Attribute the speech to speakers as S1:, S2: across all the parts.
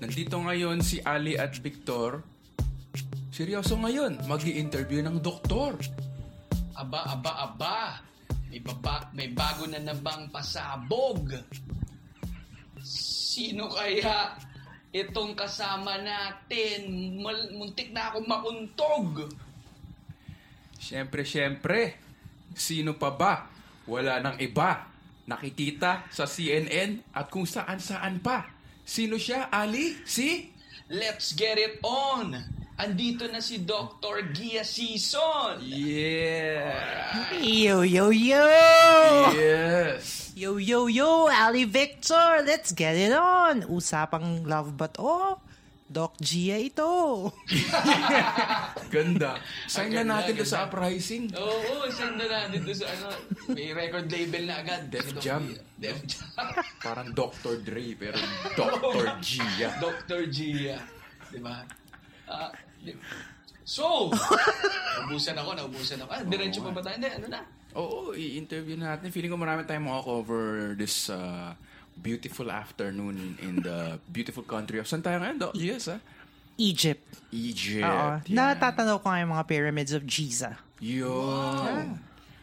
S1: Nandito ngayon si Ali at Victor. Seryoso ngayon, mag interview ng doktor.
S2: Aba, aba, aba. May, baba, may bago na nabang pasabog. Sino kaya itong kasama natin? Mal- muntik na ako makuntog.
S1: Siyempre, siyempre. Sino pa ba? Wala nang iba. Nakikita sa CNN at kung saan-saan pa. Sino siya, Ali? Si?
S2: Let's get it on! Andito na si Dr. Gia Season!
S1: Yeah.
S3: Yo, yo, yo!
S1: Yes.
S3: Yo, yo, yo! Ali Victor, let's get it on! Usapang love ba to? Doc Gia ito.
S1: Ganda. Sign na
S2: Ang ganda,
S1: natin to
S2: ganda.
S1: sa uprising.
S2: Oo, oh, send na natin to sa ano. May record label na agad.
S1: Def
S2: Dr.
S1: Jam.
S2: Gia. Def Jam.
S1: Parang Dr. Dre, pero Dr. Gia.
S2: Dr. Gia. Di ba? Ah, di- so, naubusan ako, naubusan ako. Ah, diretso pa ba tayo? Hindi, ano na?
S1: Oo, i-interview natin. Feeling ko marami tayong makakover this uh, beautiful afternoon in the beautiful country of... Saan tayo ngayon, Doc? Yes, ah.
S3: Egypt.
S1: Egypt.
S3: Oo.
S1: yeah.
S3: Natatanaw ko nga yung mga pyramids of Giza.
S1: Yun.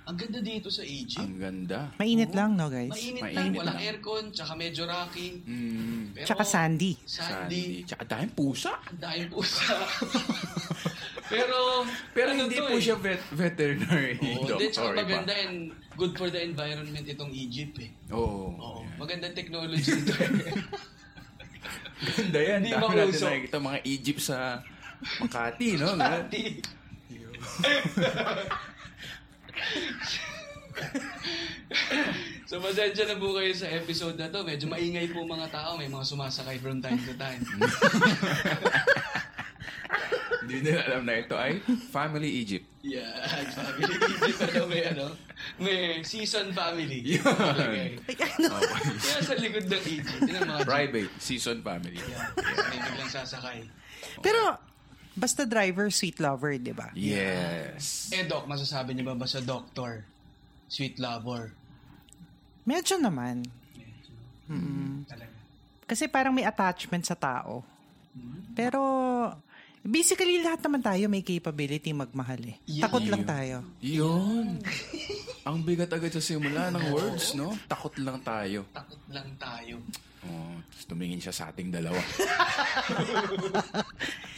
S2: Ang ganda dito sa Egypt.
S1: Ang ganda.
S3: Mainit lang, no, guys?
S2: Mainit, lang,
S1: mainit
S2: walang
S1: lang.
S2: aircon, tsaka medyo rocky.
S1: Mm,
S2: Pero,
S3: Tsaka sandy.
S2: Sandy.
S1: Tsaka dahil pusa.
S2: Dahil po sa... Pero,
S1: Pero
S2: ano
S1: hindi
S2: to
S1: po
S2: eh.
S1: siya vet- veterinary
S2: Oo,
S1: doctor.
S2: hindi, tsaka
S1: iba.
S2: maganda and good for the environment itong Egypt eh.
S1: Oo.
S2: Oo, magandang technology ito eh.
S1: Ganda yan.
S2: Hindi
S1: Dami natin
S2: mausok.
S1: nakikita mga Egypt sa Makati, no? Ganun.
S2: Pati. so, pasensya na po kayo sa episode na to. Medyo maingay po mga tao. May mga sumasakay from time to time.
S1: Hindi nila alam na ito ay Family Egypt.
S2: Yeah, family. Hindi pa daw may ano. May season family.
S1: Yun.
S2: Nakalagay.
S3: Ay, ano?
S2: Kaya sa likod ng Egypt. Yun ang mga
S1: Private Season Family.
S2: Yeah. May biglang sasakay.
S3: Pero, basta driver, sweet lover, di ba?
S1: Yes.
S2: Eh, Doc, masasabi niyo ba ba sa doctor? Sweet lover.
S3: Medyo naman.
S2: Talaga.
S3: Kasi parang may attachment sa tao. Pero, basically lahat naman tayo may capability magmahal eh.
S2: Yeah.
S3: Takot lang tayo.
S1: Yun. Ang bigat agad sa simula ng words, no? Takot lang tayo.
S2: Takot lang tayo.
S1: Oh, tapos tumingin siya sa ating dalawa.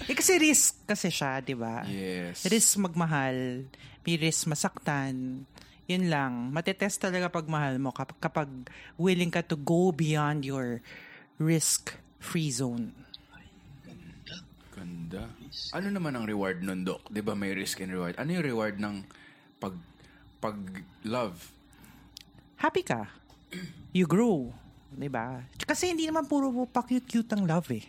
S3: Eh kasi risk kasi siya, di ba?
S1: Yes.
S3: Risk magmahal, may risk masaktan. Yun lang, matetest talaga pagmahal mo kap- kapag willing ka to go beyond your risk-free zone.
S1: Ganda. Ano naman ang reward nun, Doc? Di ba may risk and reward? Ano yung reward ng pag pag love?
S3: Happy ka. You grow. Di ba? Kasi hindi naman puro pa-cute-cute ang love eh.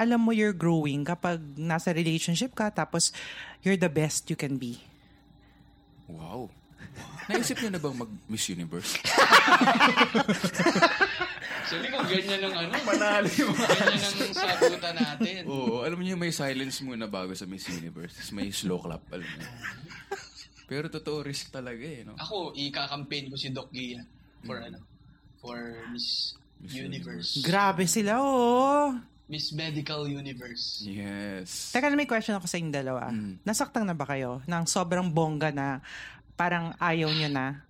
S3: Alam mo you're growing kapag nasa relationship ka tapos you're the best you can be.
S1: Wow. Naisip niyo na bang mag Miss Universe?
S2: Sabi ko, ganyan ang ano.
S1: Panali mo.
S2: Ganyan ang sagutan natin.
S1: Oo, alam niyo may silence muna bago sa Miss Universe. Tapos may slow clap, alam niyo. Pero totoo risk talaga eh, no?
S2: Ako, ikakampaign ko si Doc Gia for ano, for Miss,
S1: Mm. Miss
S2: Universe.
S3: Grabe sila oh!
S2: Miss Medical Universe.
S1: Yes.
S3: Teka na may question ako sa inyong dalawa.
S1: Mm.
S3: Nasaktan na ba kayo ng sobrang bongga na parang ayaw nyo na?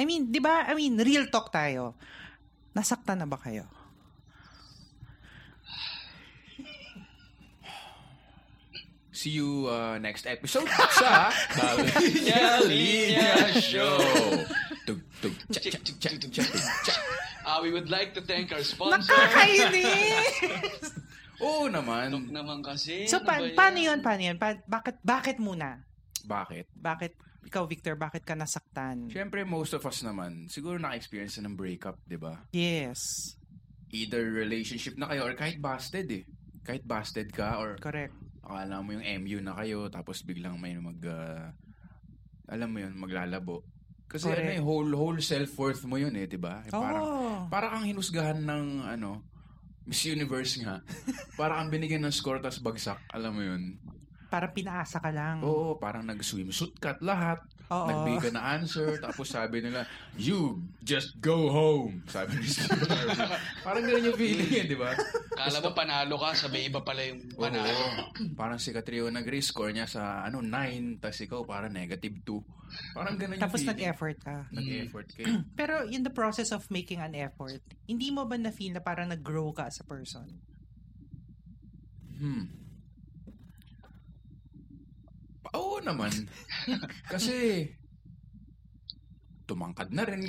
S3: I mean, di ba? I mean, real talk tayo. Nasaktan na ba kayo?
S1: See you uh, next episode sa
S2: Linya Linya
S1: Tug, tug, tsak,
S2: Chik,
S1: tsak,
S2: chik,
S1: tsak,
S2: chik, chik,
S1: tsak.
S2: chik. Ah, we would like to thank our sponsor.
S3: Ah, Nakakainis!
S1: Oo naman.
S2: Naman kasi.
S3: so,
S2: ano
S3: pa-
S2: ba yan?
S3: paano yun? Paano yun? Pa- bakit, bakit muna?
S1: Bakit?
S3: Bakit, ikaw Victor, bakit ka nasaktan?
S1: Siyempre, most of us naman, siguro naka-experience na ng breakup, di ba?
S3: Yes.
S1: Either relationship na kayo or kahit busted eh. Kahit busted ka or
S3: Correct.
S1: akala mo yung MU na kayo tapos biglang may mag... ah, alam mo yun, maglalabo. Kasi
S3: Correct. Oh.
S1: ano eh, whole, whole self-worth mo yun eh, di ba? Eh, Parang,
S3: Oo.
S1: parang kang hinusgahan ng ano, Miss Universe nga. parang kang binigyan ng score tas bagsak, alam mo yun.
S3: parang pinaasa ka lang.
S1: Oo, Oh, parang nag-swimsuit ka at lahat.
S3: Mm. Oo.
S1: Nagbigay na answer. Tapos sabi nila, you just go home. Sabi ni Steve Harvey. Parang ganun yung feeling eh, di ba?
S2: Kala mo panalo ka, sabi iba pala yung
S1: Oo.
S2: panalo.
S1: parang si Katrio nag-risk score niya sa ano 9, tapos ikaw parang negative 2. Parang ganun yung
S3: Tapos
S1: feeling. Mm.
S3: nag-effort Mm. ka.
S1: Nag-effort kayo.
S3: Pero in the process of making an effort, hindi mo ba na-feel na parang nag-grow ka as a person?
S1: Hmm. Pa- Oo naman. Kasi, tumangkad na rin.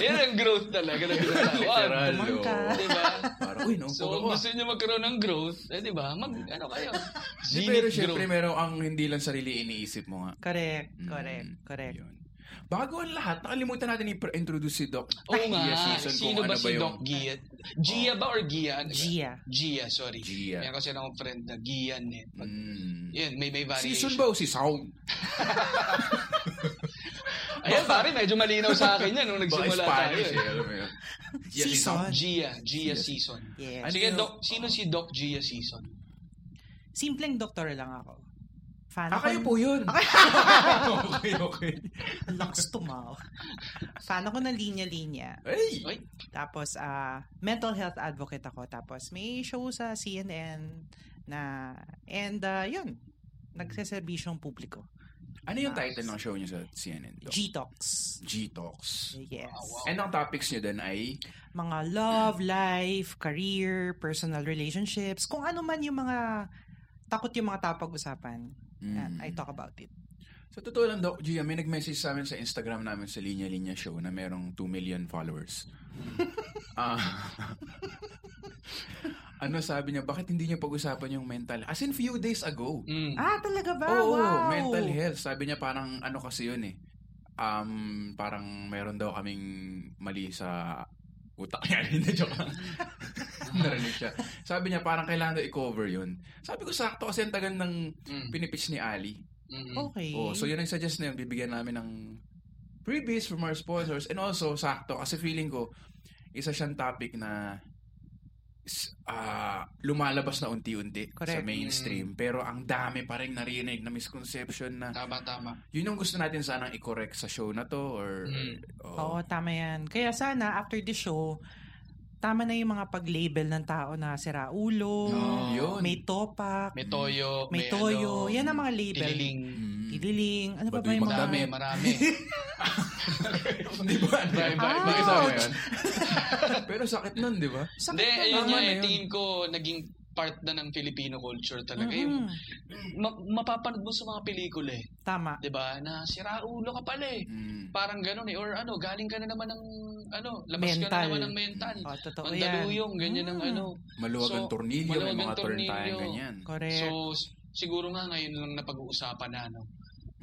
S2: Yan ang growth talaga na pinatawag.
S1: Literal,
S3: tumangkad.
S1: oo.
S2: diba?
S1: Parang, uy, naupo
S2: So,
S1: ka
S2: kung
S1: ba?
S2: gusto nyo magkaroon ng growth, eh, di ba? Mag, ano kayo?
S1: Di, pero
S2: Zenith
S1: syempre,
S2: growth.
S1: meron ang hindi lang sarili iniisip mo nga.
S3: Correct,
S1: Mm,
S3: correct, correct.
S1: Yun. Bago ang lahat, nakalimutan natin i-introduce si Doc.
S2: Oo nga,
S1: Gia Season, kung
S2: sino ba
S1: ano
S2: si
S1: yung-
S2: Doc Gia? Gia ba or Gia? Ano ba?
S3: Gia.
S2: Gia, sorry.
S1: Gia.
S2: Meron kasi akong friend na Gian eh. Pag-
S1: Mm.
S2: Yan, may, may variation.
S1: Season ba o si Sound?
S2: Ayan, pare, medyo malinaw sa akin yan nung nagsimula tayo.
S1: Spanish eh,
S2: eh.
S1: alam mo yun. Gia
S3: Season.
S2: Gia, Gia Season.
S3: Yes.
S2: Sige,
S1: Ano-
S2: Doc, sino si Doc Gia Season?
S3: Simpleng doktor lang ako. Fan
S1: Ah, kayo
S3: ako-
S1: po yun. okay, okay.
S3: Ang Lakas tumaw. Fan ako ng linya-linya.
S1: Ay!
S2: Ay,
S3: Tapos, ah, mental health advocate ako. Tapos, may show sa CNN na, and ah, yun, nagseserbisyong publiko.
S1: Ano yung title ng show niyo sa CNN? Doc?
S3: G-Talks.
S1: G-Talks.
S3: Yes.
S1: And ang topics niyo din ay
S3: Mga love, life, career, personal relationships, kung ano man yung mga takot yung mga tao pag-usapan.
S1: hmm,
S3: ah,
S1: Mm.
S3: I talk about it.
S1: Sa totoo lang, Doc Gia, may nag-message sa amin sa Instagram namin sa Linya Linya Show na merong 2 million followers. Ah. ano sabi niya, bakit hindi niya pag-usapan yung mental? As in few days ago.
S2: mm.
S3: Ah, talaga ba?
S1: Oo,
S3: wow.
S1: mental health. Sabi niya parang ano kasi yun eh. Um, parang meron daw kaming mali sa utak niya. Hindi, joke lang.
S2: Mm,
S1: Narinig siya. Sabi niya parang kailangan daw i-cover yun. Sabi ko sakto kasi ang tagal ng
S2: Mm.
S1: pinipitch ni Ali.
S2: Mm.
S3: Okay.
S1: Oh, so yun ang suggest na yun. Bibigyan namin ng freebies from our sponsors. And also, sakto. Kasi feeling ko, isa siyang topic na is- ah, lumalabas na unti-unti sa
S3: Correct. Mm.
S1: mainstream. Pero ang dami pa rin narinig na misconception na
S2: Tama, tama.
S1: yun yung gusto natin sanang i-correct sa show na to or
S2: Mm.
S1: oh,
S3: Oo, tama yan. Kaya sana, after the show, tama na yung mga pag-label ng tao na sira ulo,
S1: Oo, yun.
S3: may topak,
S2: May toyo,
S3: may toyo.
S2: ano,
S3: yan ang mga label.
S2: Kiniling.
S1: Mm.
S3: Kililing. Ano pa ba
S1: Baduy
S3: yung mga...
S1: magdami.
S2: Marami, marami.
S1: Di ba? Ano
S3: Ah,
S1: yun?
S2: Iba, iba,
S1: Nakita mo
S2: iba.
S1: yun? Pero sakit nun, di ba?
S3: Sakit
S2: Hindi, eh,
S3: na
S2: ayun
S3: naman
S2: yan.
S1: yun.
S2: Tingin ko naging part na ng Filipino culture talaga.
S3: Mm-mm.
S2: Yung,
S3: Mm-hmm.
S2: ma- mapapanood mo sa mga pelikula eh.
S3: Tama.
S2: Di ba? Na sira ulo ka pala eh.
S1: Mm.
S2: Parang ganun eh. Or ano, galing ka na naman ng, ano, labas ka na
S3: Mental.
S2: naman ng mental.
S3: Oh, totoo
S2: Ang
S3: yan.
S2: daluyong, ganyan ang
S3: Mm.
S2: ano.
S1: Maluwag ang
S2: So,
S1: tornilyo, may
S2: maluwag
S1: mga
S2: ang
S1: turn
S2: tornilyo.
S1: tayong ganyan. Mm.
S3: Correct.
S2: So, s- siguro nga ngayon lang napag-uusapan na, no?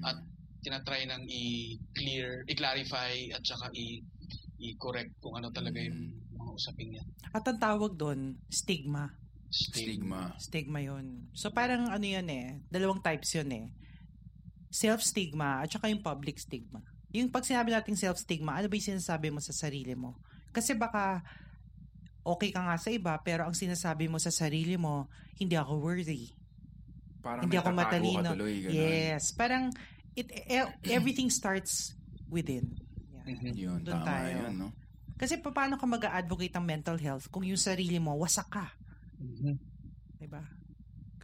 S2: At tinatry nang i-clear, i-clarify, at saka i- i-correct kung ano talaga yung
S3: Mm-hmm.
S2: mga usapin niya.
S3: At ang tawag doon, stigma.
S1: Stigma.
S3: Stigma yun. So parang ano yun eh, dalawang types yun eh. Self-stigma at saka yung public stigma. Yung pag sinabi nating self-stigma, ano ba yung sinasabi mo sa sarili mo? Kasi baka okay ka nga sa iba, pero ang sinasabi mo sa sarili mo, hindi ako worthy.
S1: Parang
S3: hindi ako
S1: nagtatago ka
S3: matalino.
S1: Tuloy, ganun.
S3: Yes. Parang it, e- everything starts within. Yan.
S2: Mhm.
S1: Yun,
S3: Doon
S1: tama
S3: tayo.
S1: yun, no?
S3: Kasi pa- paano ka mag-advocate ng mental health kung yung sarili mo, wasak ka?
S2: Mhm.
S3: Diba?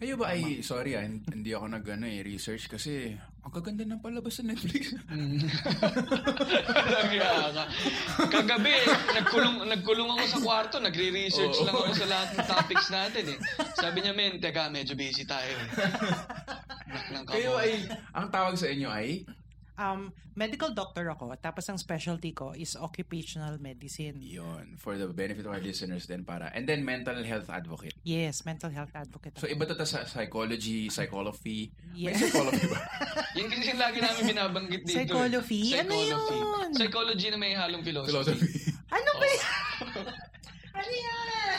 S1: Kayo ba ay, sorry ah, hin- hindi ako nag ano, eh, research kasi ang kaganda ng palabas sa Netflix.
S2: Mm-hmm. Alam niya ka. Kagabi, nagkulong, nagkulong ako sa kwarto, nagre-research
S1: Oo.
S2: lang ako sa lahat ng topics natin eh. Sabi niya, men, teka, medyo busy tayo eh. Anak ng kapo.
S1: Kayo ay, ang tawag sa inyo ay,
S3: Um, medical doctor ako, tapos ang specialty ko is occupational medicine.
S1: yun, for the benefit of our listeners din para, and then mental health advocate.
S3: Yes, mental health advocate
S1: So
S3: ako.
S1: iba to ta sa psychology, psychology. May
S3: Yeah.
S1: psychology ba?
S2: Yan kasi yung lagi namin binabanggit dito. eh.
S3: Psychology? Ano yun?
S2: Psychology na may halong philosophy.
S1: Philosophy.
S3: ano ba yan? ano yan?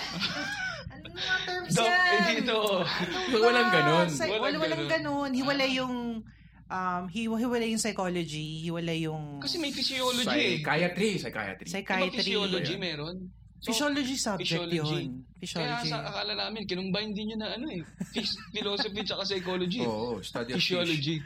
S3: Ano mga terms
S2: Doc,
S3: yan?
S2: eh, dito.
S1: So, walang ganun.
S3: Psy-
S2: Walang
S3: walang, walang
S2: ganun. Ah.
S3: ganun. Hiwalay yung um, hiwa- hiwalay yung psychology, hiwalay yung
S2: Kasi may physiology eh.
S1: Psychiatry, psychiatry.
S2: Di ba
S3: psychiatry.
S2: physiology meron?
S3: Physiology subject
S2: physiology.
S3: yun.
S2: Kaya
S3: Physiology.
S2: sa akala namin, kinumbine din yun na ano eh. Phys- philosophy tsaka psychology.
S1: Oo, study of Oh, fish.
S2: Physiology.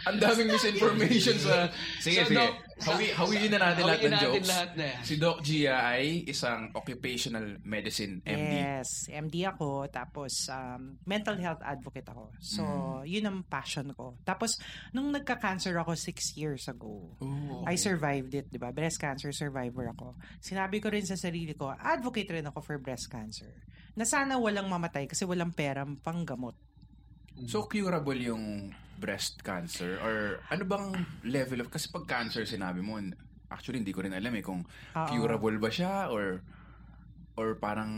S1: Ang daming misinformation sa... Sige,
S2: So,
S1: sige.
S2: Doc, sa-
S1: Hawi, hawiin na natin lahat
S2: hawiin
S1: ng
S2: natin
S1: jokes.
S2: lahat na yan.
S1: Si Doc Gia ay isang occupational medicine MD.
S3: Yes, MD ako. Tapos, um, mental health advocate ako. So, yun ang passion ko. Tapos, nung nagka-cancer ako six years ago,
S1: Oo.
S3: I survived it, di ba? Breast cancer survivor ako. Sinabi ko rin sa sarili ko, advocate rin ako for breast cancer. Na sana walang mamatay kasi walang perang panggamot.
S1: So, curable yung breast cancer? Or ano bang level of... Kasi pag cancer, sinabi mo, actually, hindi ko rin alam eh kung
S3: Oo.
S1: curable ba siya or or parang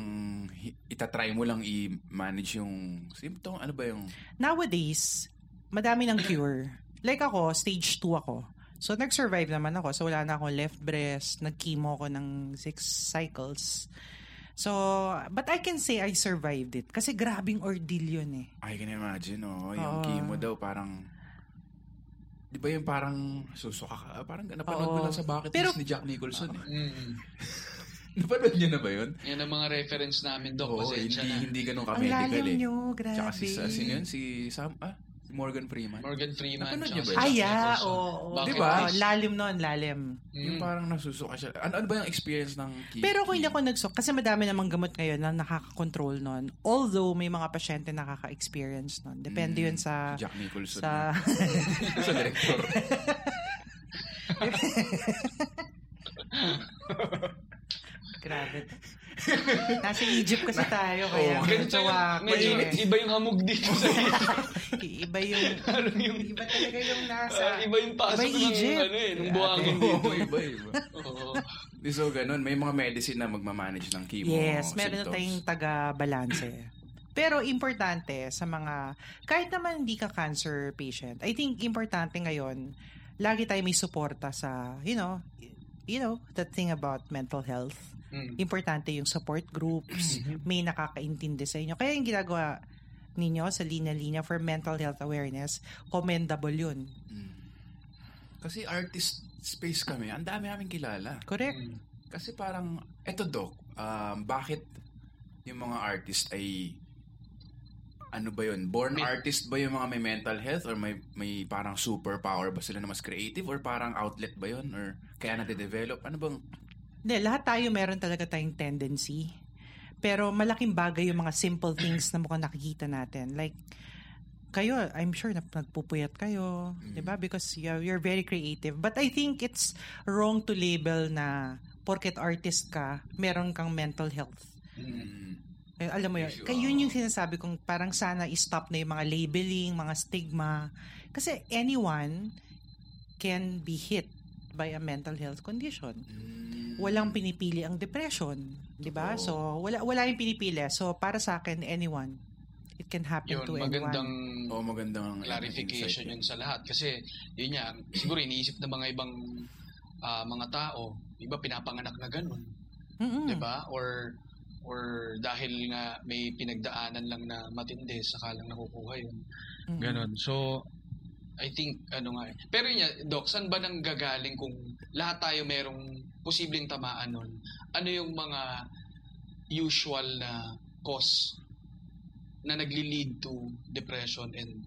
S1: hi- itatry mo lang i-manage yung symptom? Ano ba yung...
S3: Nowadays, madami ng cure. Like ako, stage 2 ako. So, nag-survive naman ako. So, wala na akong left breast. Nag-chemo ko ng six cycles. So, but I can say I survived it. Kasi grabing ordeal yun eh.
S1: I can imagine, oh. Yung
S3: Oo.
S1: chemo daw, parang... Di ba yung parang susuka ka? Ah, Parang napanood ko
S3: Oo.
S1: lang sa bucket
S3: Pero-
S1: list ni Jack Nicholson. Eh.
S2: Mm.
S1: Napanood niyo na ba yun?
S2: Yan ang mga reference namin, Doc.
S1: Oo, hindi,
S2: Pasensya na.
S1: hindi ganun
S3: Ang lalim
S1: ka-medical eh.
S3: nyo, grabe.
S1: Tsaka si, sa, sino yun? Si Sam, ah? Si Morgan Freeman.
S2: Morgan Freeman.
S1: Napanood
S2: tsaka
S1: niyo ba
S2: si
S1: yun?
S2: Jack
S3: Ay, Ah, yeah,
S2: Nicholson.
S3: oo.
S2: Bakit
S1: Diba?
S3: Oo, lalim nun, lalim.
S2: Mm.
S1: Yung parang nasusuka siya. Ano, ano ba yung experience ng ki-
S3: Pero kung
S1: ki-
S3: hindi ako nagsok, kasi madami namang gamot ngayon na nakaka-control nun. Although, may mga pasyente nakaka-experience nun. Depende
S1: Mm.
S3: yun sa...
S1: Hmm, si Jack Nicholson
S3: sa
S1: na- sa director.
S3: Grabe. Nasa Egypt kasi tayo, kaya
S1: Oo.
S3: medyo
S2: Ganito yung,
S3: wako
S2: medyo
S3: eh.
S2: iba yung hamog dito sa
S3: Iba yung,
S2: Parang yung,
S3: iba talaga yung nasa.
S2: ah, iba yung pasok
S3: Iba yung
S2: ng,
S3: Egypt.
S2: ano eh, ng buhangin
S1: Oo,
S2: dito.
S1: iba, iba.
S2: Oo.
S1: Di, So, ganun. May mga medicine na magmamanage ng chemo.
S3: Yes, meron na
S1: symptoms.
S3: tayong taga-balanse. Pero importante sa mga, kahit naman hindi ka cancer patient, I think importante ngayon, lagi tayo may suporta sa, you know, you know, that thing about mental health.
S2: Mm. Mm-hmm.
S3: importante yung support groups, may nakakaintindi sa inyo. Kaya yung ginagawa ninyo sa linya-linya for mental health awareness, commendable yun.
S1: Kasi artist space kami, ang dami namin kilala.
S3: Correct?
S2: Mm.
S1: Kasi parang, eto Doc, um, bakit yung mga artist ay, ano ba yun, born
S2: May-
S1: artist ba yung mga may mental health or may, may parang superpower ba sila na mas creative or parang outlet ba yun or kaya nade-develop? Ano bang,
S3: Hindi, lahat tayo meron talaga tayong tendency. Pero malaking bagay yung mga simple things na mukhang nakikita natin. Like, kayo, I'm sure na nagpupuyat kayo,
S1: Mm.
S3: 'di ba? Because you- you're very creative. But I think it's wrong to label na porket artist ka, meron kang mental health.
S2: Mm.
S1: mm,
S3: Eh, alam mo yun,
S1: Issue,
S3: kaya yun
S1: oo.
S3: yung sinasabi kong parang sana i-stop na yung mga labeling, mga stigma. Kasi anyone can be hit by a mental health condition.
S1: mm,
S3: Walang pinipili ang depression, 'di ba?
S1: Totoo.
S3: So wala wala yung pinipili. So para sa akin anyone, it can happen
S2: Yun,
S3: to
S2: magandang
S3: anyone.
S1: oh, magandang
S2: clarification yun sa lahat. Kasi, yun nga, siguro iniisip ng mga ibang ah, mga tao, iba pinapanganak na ganun,
S3: Mm-mm.
S2: 'di ba? Or or dahil nga may pinagdaanan lang na matindi, saka lang nakukuha yun.
S3: Mm-mm.
S2: Ganon. So, I think, ano nga eh. Pero yun, nga, Doc, saan ba nang gagaling kung lahat tayo merong posibleng tamaan nun? Ano yung mga usual na cause na nagli-lead to depression and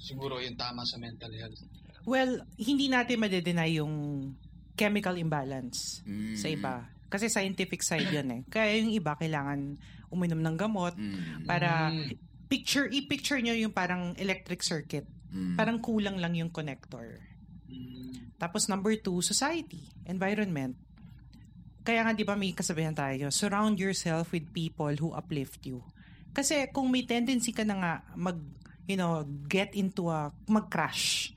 S2: siguro yung tama sa mental health?
S3: Well, hindi natin madedeny yung chemical imbalance
S1: Mm,
S3: sa iba. Kasi scientific side yun eh. Kaya yung iba kailangan uminom ng gamot,
S1: mm,
S3: Para
S2: Mm.
S3: picture i-picture nyo yung parang electric circuit.
S1: mm.
S3: Parang kulang lang yung connector. Tapos number two, society, environment. Kaya nga di ba may kasabihan tayo, surround yourself with people who uplift you. Kasi kung may tendency ka na nga mag, you know, get into a, mag-crash.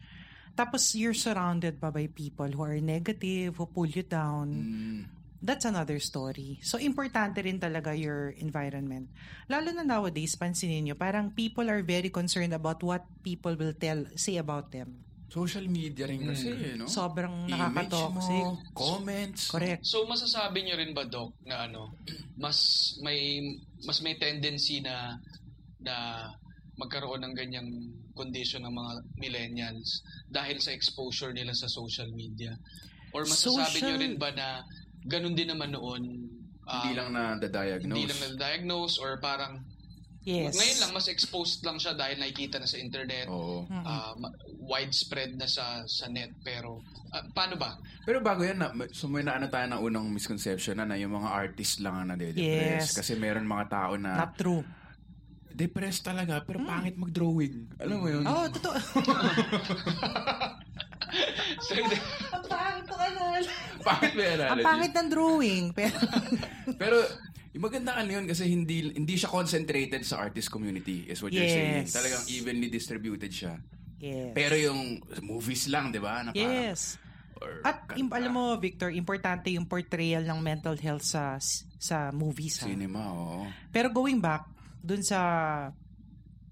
S3: Tapos you're surrounded pa by people who are negative, who pull you down
S1: Mm,
S3: that's another story. So, importante rin talaga your environment. Lalo na nowadays, pansinin nyo, parang people are very concerned about what people will tell, say about them.
S1: social media rin kasi, eh, no?
S3: Mm. Sobrang
S1: Image
S3: nakakatoxic.
S1: mo, comments.
S3: Correct.
S2: So, masasabi nyo rin ba, Doc, na ano, mas may, mas may tendency na, na magkaroon ng ganyang condition ng mga millennials dahil sa exposure nila sa social media? Or masasabi nyo
S3: Social-
S2: rin ba na ganun din naman noon. um,
S1: Hindi lang na-diagnose.
S2: Hindi lang na-diagnose or parang
S3: Yes.
S2: ngayon lang mas exposed lang siya dahil nakikita na sa internet.
S1: Oo.
S2: ah,
S3: Mm-hmm.
S2: ma- widespread na sa sa net pero ah, paano ba?
S1: Pero bago yan, na, sumuwi na ano tayo ng unang misconception na, na yung mga artist lang ang nade-depress.
S3: Yes.
S1: Kasi meron mga tao na
S3: Not true.
S1: depressed talaga pero pangit mag-drawing. Alam mo yun?
S3: Hmm. Oh, totoo.
S2: So,
S3: Ang pangit ko kanal.
S1: pangit ba yan,
S3: Ang
S1: Alan?
S3: pangit ng drawing. Pero,
S1: Pero yung maganda ano yun kasi hindi hindi siya concentrated sa artist community is what you're saying.
S3: Yes.
S1: Talagang evenly distributed siya.
S3: yes.
S1: Pero ah, yung movies lang, 'di ba? Na parang-
S3: yes.
S1: or
S3: At im-
S1: kanta,
S3: alam mo, Victor, importante yung portrayal ng mental health sa sa movies. ha?
S1: cinema, oo.
S3: Pero going back dun sa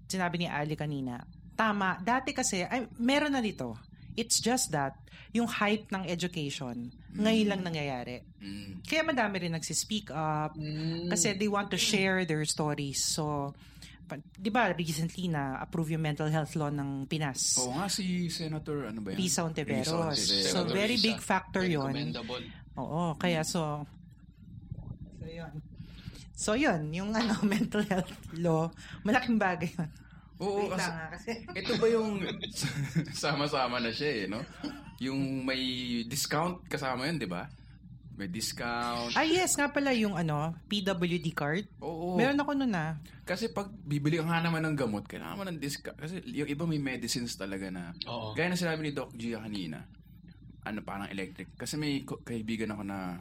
S3: sinabi ni Ali kanina, tama, dati kasi, ay, meron na dito. It's just that, yung hype ng education, ngayon lang nangyayari.
S1: Mm.
S3: Kaya madami rin nagsispeak up, kasi they want to share their stories. So, pa- di ba recently na approve yung mental health law ng Pinas?
S1: Oo nga si Senator ano ba yan?
S3: Pisa Ontiveros.
S1: Pisa Ontiveros.
S3: So, very
S2: Lisa,
S3: big factor
S2: very
S3: yun.
S2: Commendable.
S3: Oo,
S1: Mm.
S3: kaya so... So, yun. So, yun, yung ano, mental health law, malaking bagay yun.
S1: Oo,
S3: Wait
S1: kasi
S3: lang nga, kasi...
S1: ito ba yung sama-sama na siya eh, no? Yung may discount kasama yun, 'di ba? May discount.
S3: Ah, yes, nga pala yung ano, PWD card.
S1: Oo.
S3: Meron ako nun ah.
S1: Kasi pag bibili ka nga naman ng gamot, kailangan mo ng discount. Kasi yung iba may medicines talaga na.
S2: Oo.
S1: Gaya na sinabi ni Doc Gia kanina, ano parang electric. Kasi may ko- kaibigan ako na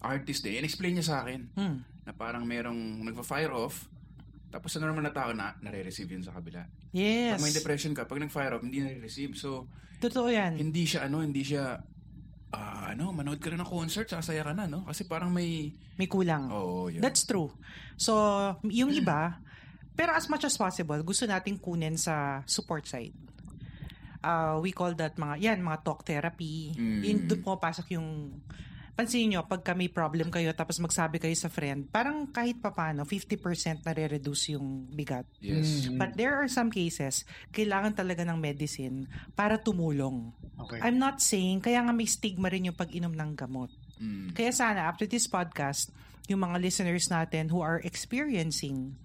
S1: artist eh. In-explain niya sa akin
S3: Hmm.
S1: na parang merong nagpa-fire off. Tapos sa normal na tao na nare-receive yun sa kabila.
S3: Yes.
S1: Pag may depression ka, pag nag-fire off, hindi nare-receive. So,
S3: Totoo yan.
S1: hindi siya ano, hindi siya ah, ano, manood ka na ng concert, sasaya ka na, no? Kasi parang may...
S3: May kulang.
S1: Oo, Oh, yun.
S3: That's true. So, yung iba, pero as much as possible, gusto nating kunin sa support side. Uh, we call that mga, yan, mga talk therapy.
S1: Mm.
S3: Yun, doon pumapasok yung, pansin nyo, pagka may problem kayo, tapos magsabi kayo sa friend, parang kahit papano, 50% nare-reduce yung bigat.
S1: Yes.
S3: But there are some cases, kailangan talaga ng medicine para tumulong.
S2: Okay.
S3: I'm not saying, kaya nga may stigma rin yung pag-inom ng gamot.
S1: Mm.
S3: Kaya sana after this podcast, yung mga listeners natin who are experiencing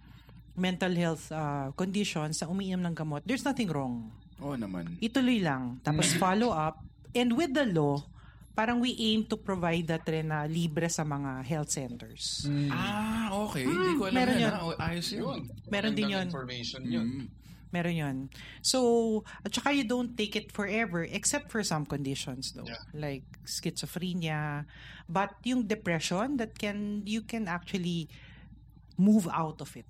S3: mental health uh, conditions na umiinom ng gamot, there's nothing wrong.
S1: Oo naman.
S3: Ituloy lang. Tapos follow up. And with the law, parang we aim to provide that rin na libre sa mga health centers.
S1: Ah, okay. Hindi ko alam
S3: meron
S1: yan.
S3: yun.
S1: ah. O, Ayos yun.
S2: Yun.
S3: Meron din
S2: Magandang
S3: yun.
S2: information yun.
S1: Mm.
S3: Meron yun. So, at saka you don't take it forever except for some conditions though.
S2: Yeah.
S3: Like schizophrenia. But yung depression, that can, you can actually move out of it.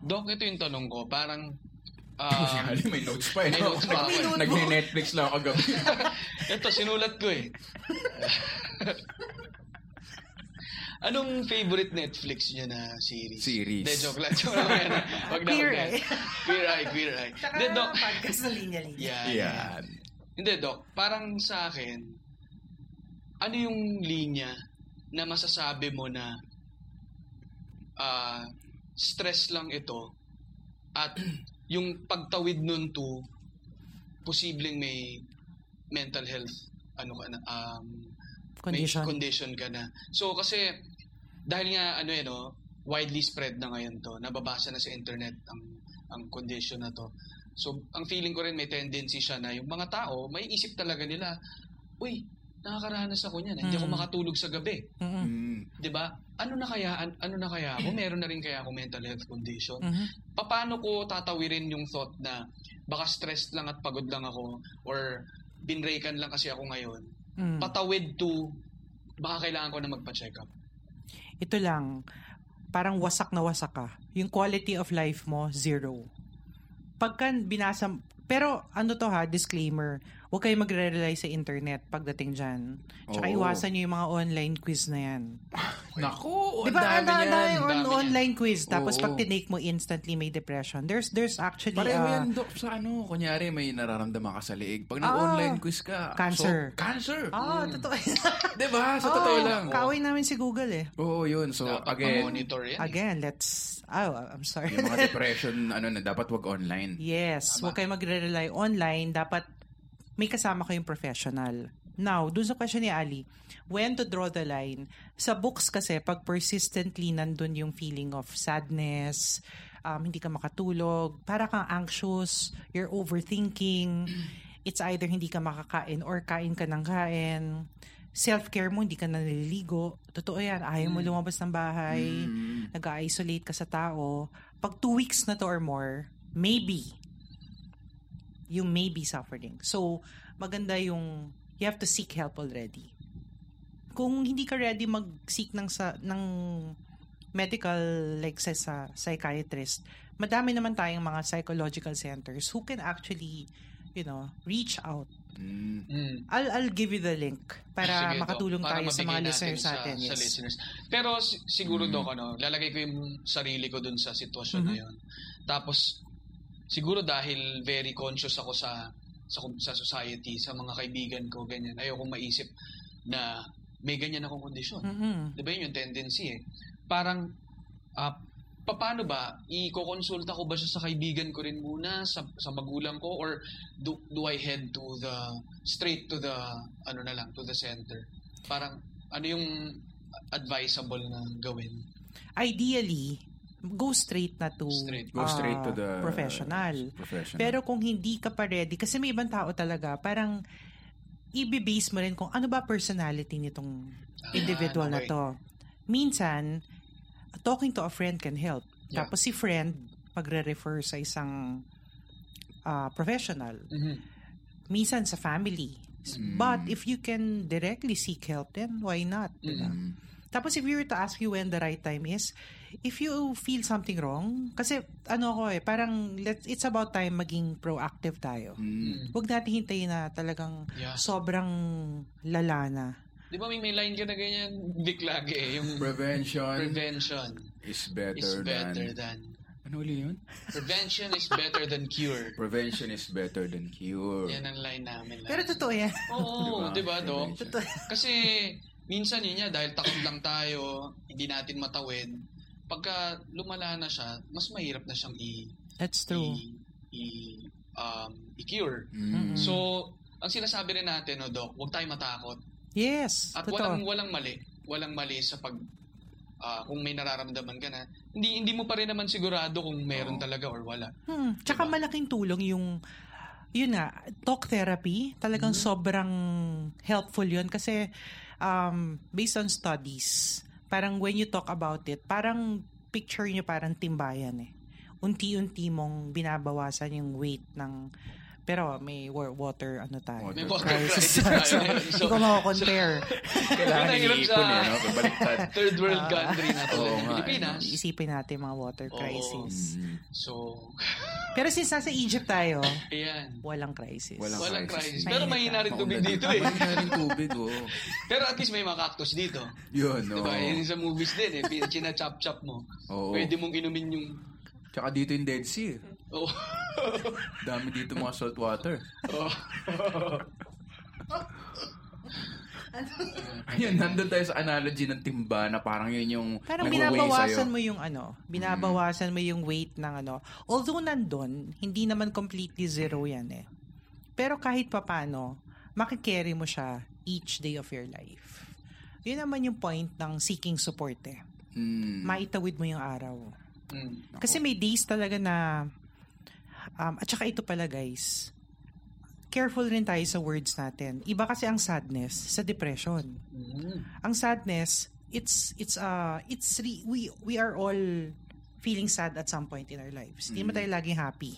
S2: Doc, ito yung tanong ko. Parang,
S1: Si
S2: ah,
S1: Ali, may notes pa eh.
S2: May
S1: no?
S2: notes pa ako eh.
S1: Nagne-Netflix lang ako gabi.
S2: ito, sinulat ko eh. Anong favorite Netflix niya na series?
S1: Series.
S2: De, joke lang. Joke lang. yan. Wag na,
S3: Queer eh.
S2: wag na.
S3: Eye.
S2: Queer eye, queer eye. De, Doc.
S3: podcast na linya-linya.
S2: Yeah.
S1: Yan.
S2: Hindi, Doc. Parang sa akin, ano yung linya na masasabi mo na ah, stress lang ito at yung pagtawid nun to posibleng may mental health ano ka na um,
S3: Condition.
S2: may condition ka na. So kasi dahil nga ano yan no, widely spread na ngayon to. Nababasa na sa internet ang ang condition na to. So ang feeling ko rin may tendency siya na yung mga tao may isip talaga nila, uy, nakakaranas ako niyan, eh. hindi ako
S3: Mm.
S2: makatulog sa gabi,
S3: Mm-mm.
S1: Mm.
S2: 'di ba? Ano na kaya an- ano na kaya ako? Meron na rin kaya ako mental health condition?
S3: Mhm.
S2: paano ko tatawirin yung thought na baka stressed lang at pagod lang ako or binraykan lang kasi ako ngayon.
S3: Mm.
S2: Patawid to baka kailangan ko na magpa-check up.
S3: Ito lang, parang wasak na wasak ka. Yung quality of life mo, zero. Pagka binasa, pero ano to ha, disclaimer, huwag kayo magre-rely sa internet pagdating dyan. Tsaka
S1: Oo.
S3: iwasan nyo yung mga online quiz na yan.
S1: Naku, Oh, ang
S3: Di ba,
S1: dami
S3: ang dami,
S1: niyan.
S2: ang
S3: on,
S2: dami yan.
S3: online quiz. Tapos
S1: Oo.
S3: pag tinake mo, instantly may depression. There's there's actually
S1: Pareho
S3: uh,
S1: yan, Dok, sa ano. Kunyari, may nararamdaman ka sa liig. Pag
S3: Ah.
S1: nag-online quiz ka.
S3: Cancer.
S1: So, cancer.
S3: Ah, totoo.
S1: Di ba? Mm. Sa totoo
S3: Oo,
S1: lang.
S3: Kaaway namin si Google eh.
S1: Oo, yun. So,
S2: Dapat
S1: again,
S2: monitor yan. eh.
S3: Again, let's... Oh, I'm sorry.
S1: yung mga depression, ano na, dapat wag online.
S3: Yes, huwag kayo magre-rely online. Dapat may kasama kayong professional. Now, dun sa question ni Ali, when to draw the line? Sa books kasi, pag persistently nandun yung feeling of sadness, um, hindi ka makatulog, para kang anxious, you're overthinking, it's either hindi ka makakain or kain ka ng kain, self-care mo, hindi ka naliligo. Totoo yan, ayaw mo lumabas ng bahay, nag-isolate ka sa tao. Pag two weeks na to or more, maybe, you may be suffering. So, maganda yung you have to seek help already. Kung hindi ka ready mag-seek ng sa ng medical like sa, sa psychiatrist, madami naman tayong mga psychological centers who can actually, you know, reach out.
S1: Hmm.
S2: Mm.
S3: I'll I'll give you the link para
S2: Sige, Doc,
S3: makatulong
S2: para
S3: tayo
S2: mabigay
S3: sa mga
S2: natin
S3: listeners
S2: sa,
S3: natin.
S2: sa
S3: yes. Hmm.
S2: listeners. Pero si- siguro, Doc, ano, lalagay ko yung sarili ko dun sa sitwasyon na yun. Tapos, siguro dahil very conscious ako sa, sa sa society, sa mga kaibigan ko, ganyan. Ayokong maisip na may ganyan akong kondisyon.
S3: Mhm.
S2: Di ba yun yung tendency eh? Parang, ah, paano ba? Iko-consulta ko ba siya sa kaibigan ko rin muna, sa, sa magulang ko, or do, do I head to the, straight to the, ano na lang, to the center? Parang, ano yung advisable na gawin?
S3: Ideally, go straight na to
S2: Straight.
S1: Go
S3: ah,
S1: straight to the
S3: professional.
S1: professional.
S3: Pero kung hindi ka pa ready, kasi may ibang tao talaga, parang ibibase mo rin kung ano ba personality nitong individual
S2: Ah,
S3: na
S2: okay.
S3: to. Minsan, talking to a friend can help.
S2: Yeah.
S3: Tapos si friend, magre-refer sa isang ah, professional.
S2: Mhm.
S3: Minsan sa family.
S2: Mm.
S3: But if you can directly seek help, then why not? diba?
S2: Mm-hmm.
S1: Hmm.
S3: Tapos if we were to ask you when the right time is, if you feel something wrong, kasi ano ko eh, parang let's, it's about time maging proactive tayo.
S1: Hmm.
S3: Huwag natin hintayin na talagang
S2: Mm-hmm. Yeah.
S3: sobrang lala na.
S2: Di ba may, may line ka na ganyan? Vic lagi eh, yung
S1: Prevention
S2: prevention
S1: is better,
S2: is better
S1: than...
S2: than...
S1: Ano uli yun?
S2: Prevention is better than cure.
S1: Prevention is better than cure.
S2: Yan ang line namin. lang.
S3: Pero totoo yan.
S1: Diba?
S2: Oo, di ba, Doc?
S1: Totoo.
S2: Kasi minsan yun niya, dahil takot lang tayo, hindi natin matawid. Pagka lumala na siya, mas mahirap na siyang i-
S3: That's
S2: i, i, um, i-cure.
S1: Mm.
S2: So, ang sinasabi rin natin, no, Doc, huwag tayo matakot.
S3: Yes,
S2: At walang,
S3: totoo.
S2: walang mali. Walang mali sa pag, ah, kung may nararamdaman ka na, hindi, hindi mo pa rin naman sigurado kung meron talaga or wala.
S3: Hmm. Tsaka
S2: Diba?
S3: malaking tulong yung yun nga, talk therapy, talagang
S2: Mm-hmm.
S3: sobrang helpful yun kasi um, based on studies, parang when you talk about it, parang picture nyo parang timbayan eh. Unti-unti mong binabawasan yung weight ng pero may wa- water ano tayo.
S1: Water
S2: May water crisis
S3: crisis.
S2: tayo ngayon.
S3: Hindi ko mako-compare.
S1: Kailangan
S2: Ang hirap
S1: iniipon eh,
S2: sa-
S1: no? Kabaliktad.
S2: Third world country na to,
S1: Ah. Oo nga,
S2: eh,
S1: eh, no?
S2: Pilipinas.
S3: Isipin natin mga water crisis.
S1: Mm.
S2: So,
S3: Pero since nasa Egypt tayo,
S2: ayan.
S3: walang crisis.
S1: Walang
S2: Walang
S1: crisis.
S2: crisis. Pero
S3: Mahina
S2: mahina rin tubig
S1: Maunlad.
S2: dito eh.
S1: Mabalik na rin tubig, oo.
S2: Pero at least may mga cactus dito.
S1: Yun, oh. no.
S2: Diba? Yan sa movies din eh. Pin- Chinachop-chop mo.
S1: Oo.
S2: Pwede mong inumin yung...
S1: Tsaka dito yung Dead Sea. eh.
S2: Oh.
S1: Dami dito mga salt water.
S2: oh.
S1: Ayun, nandun tayo sa analogy ng timba na parang yun yung
S3: Parang
S1: nagwa-weigh
S3: binabawasan
S1: sa'yo.
S3: mo yung ano, binabawasan mo yung weight ng ano. Although nandun, hindi naman completely zero yan eh. Pero kahit papano, makikerry mo siya each day of your life. Yun naman yung point ng seeking support eh.
S1: Mm.
S3: Maitawid mo yung araw.
S2: Mm.
S3: Kasi may days talaga na, um, at saka ito pala guys, careful rin tayo sa words natin. Iba kasi ang sadness sa depression
S2: Mm.
S3: ang sadness it's it's uh it's re- we we are all feeling sad at some point in our lives. Hindi mo tayo laging happy.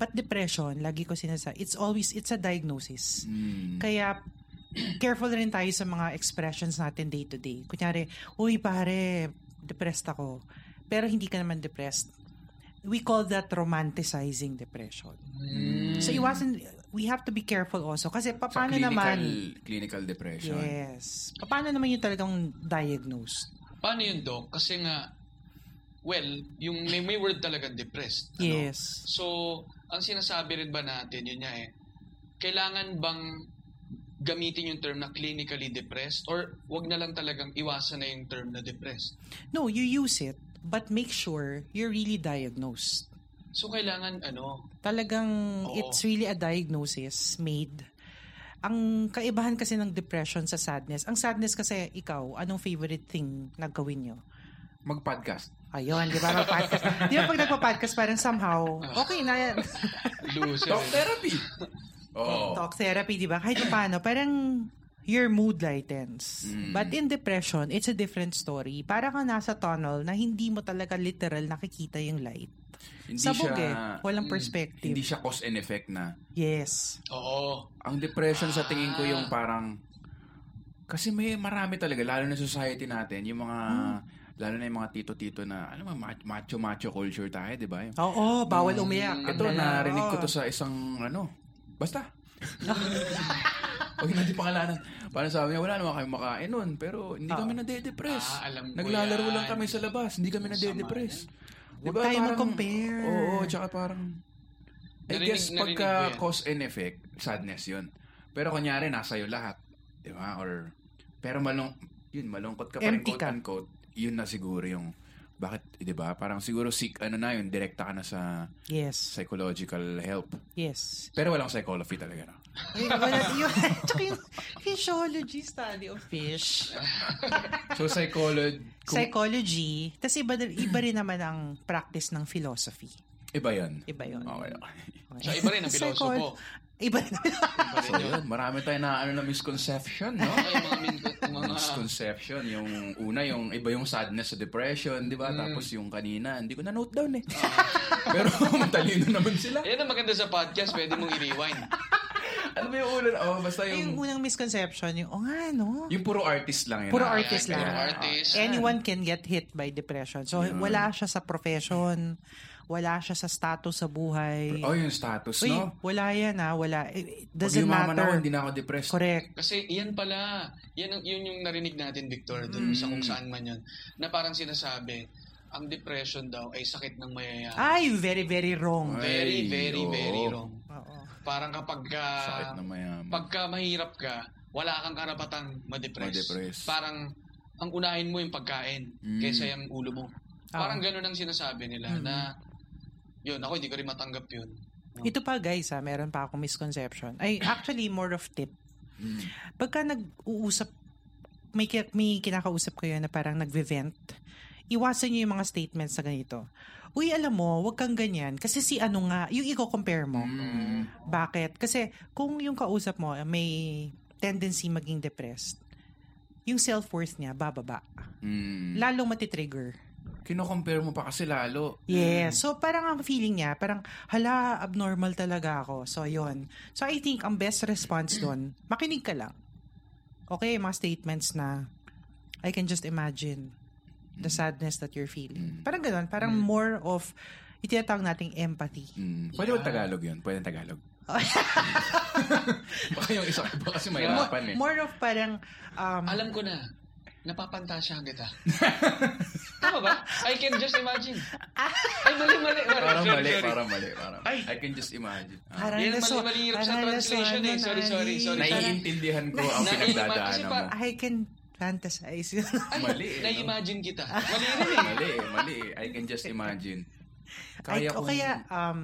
S3: But depression, lagi ko sinasa, it's always it's a diagnosis.
S1: Hmm.
S3: Kaya careful rin tayo sa mga expressions natin day to day. Kunyari, uy pare, depressed ako. Pero hindi ka naman depressed. We call that romanticizing depression. So iwasan, we have to be careful also. Kasi
S1: Mm. Sa
S3: paano
S1: clinical,
S3: naman...
S1: clinical depression.
S3: Yes. Paano naman yung talagang diagnosed?
S2: Paano yun, Doc? Kasi nga, well, yung may, may word talaga depressed. ano?
S3: Yes.
S2: So, ang sinasabi rin ba natin, yun niya eh, kailangan bang gamitin yung term na clinically depressed or wag na lang talagang iwasan na yung term na depressed?
S3: No, you use it, but make sure you're really diagnosed.
S2: So, kailangan ano,
S3: Talagang
S2: Oo.
S3: it's really a diagnosis made Ang kaibahan kasi ng depression sa sadness, ang sadness kasi ikaw, anong favorite thing na gawin nyo?
S1: Mag-podcast.
S3: Ayun, di ba? Mag-podcast. di ba pag nagpa-podcast, parang somehow, okay na yan.
S2: Loser.
S1: Talk therapy. Oo.
S3: Talk therapy, di ba? Kahit pa paano, parang your mood lightens.
S1: Mm.
S3: But in depression, it's a different story. Para ka nasa tunnel na hindi mo talaga literal nakikita yung light.
S1: Hindi
S3: Sabog eh.
S1: siya,
S3: Walang
S2: Mm.
S3: perspective.
S1: hindi siya cause and effect na.
S3: Yes.
S2: Oo.
S1: Ang depression sa tingin ko
S3: Ah.
S1: yung parang, kasi may marami talaga, lalo na society natin, yung mga,
S3: Hmm.
S1: lalo na yung mga tito-tito na, ano mga macho-macho culture tayo, di ba? Yung-
S3: Oo, bawal umiyak.
S1: Ito, narinig ko to sa isang, ano, basta. Huwag natin pangalanan. Parang sabi niya, wala naman kami makain nun. Pero hindi kami nade-depress.
S2: Ah, alam ko
S1: Naglalaro
S2: yan.
S1: lang kami sa labas. Hindi kami
S2: Masama
S1: nade-depress.
S3: Huwag tayo
S1: parang-
S3: mag-compare.
S1: Oo, tsaka parang... I
S2: Narinig-
S1: guess
S2: narinig
S1: pagka
S2: ko yan.
S1: cause and effect, sadness yun. Pero kunyari, nasa iyo lahat. Di ba? Or, pero malung, yun, malungkot ka pa rin,
S3: Empty
S1: quote
S3: ka.
S1: unquote. Yun na siguro yung, bakit, di ba? Parang siguro seek, ano na yun, direkta ka na sa
S3: Yes,
S1: psychological help.
S3: yes.
S1: Pero walang psychology talaga. No?
S3: Eh, wala, yun. Tsaka yung physiology, study of fish.
S1: So, psychology,
S3: Psychology. Tapos iba, iba rin naman ang practice ng philosophy.
S1: iba yun.
S3: Iba yun.
S1: Okay, okay.
S3: Okay.
S2: So, iba rin ang
S3: Psycho-
S2: pilosopo.
S3: Iba rin ang
S2: Iba rin
S1: So,
S2: yun.
S1: yun, marami tayo na, ano, na misconception, no?
S2: Ay, mga min- mga...
S1: misconception. Yung una, yung iba yung sadness sa depression, di ba? Tapos yung kanina, hindi ko na-note down eh. Pero matalino naman sila.
S2: Yan ang maganda sa podcast, pwede mong i-rewind.
S1: Ano ba yung una? Oh, basta yung...
S3: yung unang misconception, yung, oh nga, no?
S1: Yung puro artist lang yun.
S3: Puro
S1: ah.
S3: artist
S2: Ayan,
S3: lang.
S2: puro artist.
S3: Anyone can get hit by depression. So, wala siya sa profession, wala siya sa status sa buhay.
S1: Oh, yung status,
S3: Uy,
S1: no?
S3: wala yan ha, wala. It it
S1: Pag
S3: doesn't
S1: yumaman ako,
S3: matter.
S1: hindi na ako depressed.
S3: Correct.
S2: Kasi yan pala, yan ang, yun yung narinig natin, Victor, dun sa
S3: Mm.
S2: kung saan man yun, na parang sinasabi, ang depression daw ay sakit ng mayayaman.
S3: Ay, very, very wrong.
S1: Ay,
S2: Very, very,
S1: oo.
S2: very wrong.
S3: Oo.
S2: Parang kapag ka,
S1: Sakit na mayaman.
S2: pagka mahirap ka, wala kang karapatang madepress.
S1: Madepress.
S2: Parang ang unahin mo yung pagkain
S1: Mm.
S2: kaysa yung ulo mo. Parang ganun ang sinasabi nila na yun, ako hindi ko rin matanggap yun. No?
S3: Ito pa guys, ha, meron pa akong misconception. Ay, actually, more of tip.
S1: Mm.
S3: Pagka nag-uusap, may, ki- may kinakausap kayo na parang nagve-vent, iwasan nyo yung mga statements na ganito. Uy, alam mo, wag kang ganyan. Kasi si ano nga, yung i-compare mo.
S1: Mm.
S3: Bakit? Kasi kung yung kausap mo eh, may tendency maging depressed, yung self-worth niya bababa.
S1: Mm.
S3: Lalong matitrigger.
S1: Kino-compare mo pa kasi lalo.
S2: Mm.
S3: Yeah. So parang ang feeling niya, parang hala, abnormal talaga ako. So yon. So I think ang best response doon, makinig ka lang. Okay, mga statements na I can just imagine the sadness that you're
S2: Mm.
S3: feeling. Parang ganun, parang more of itinatawag nating empathy.
S1: Mm. Pwede ba Tagalog yun? Pwede Tagalog. Baka yung isa baka kasi
S3: Mo-
S1: mahirapan eh.
S3: More of parang um,
S2: Alam ko na, napapantasya kita. Tama ba? I can just imagine. Ay, mali, mali. mali.
S1: Parang
S2: Sorry,
S1: mali,
S2: sorry.
S1: parang mali, parang mali. I can just imagine. Ah.
S3: Parang
S2: Yan,
S3: laso-
S2: mali- mali hirap sa
S3: parang
S2: translation
S3: lasoan
S2: eh. Sorry,
S3: na,
S2: sorry,
S3: Nani.
S2: sorry.
S3: Parang
S1: Naiintindihan ko ang
S2: Naiintindihan- kasi
S1: pinagdadaanan mo.
S2: parang-
S3: I can fantasize.
S1: Mali eh. no?
S2: Na-imagine kita. Mali rin eh.
S1: Mali eh, mali eh. I can just imagine. Kaya
S3: Ay, o
S1: kong
S3: kaya, um,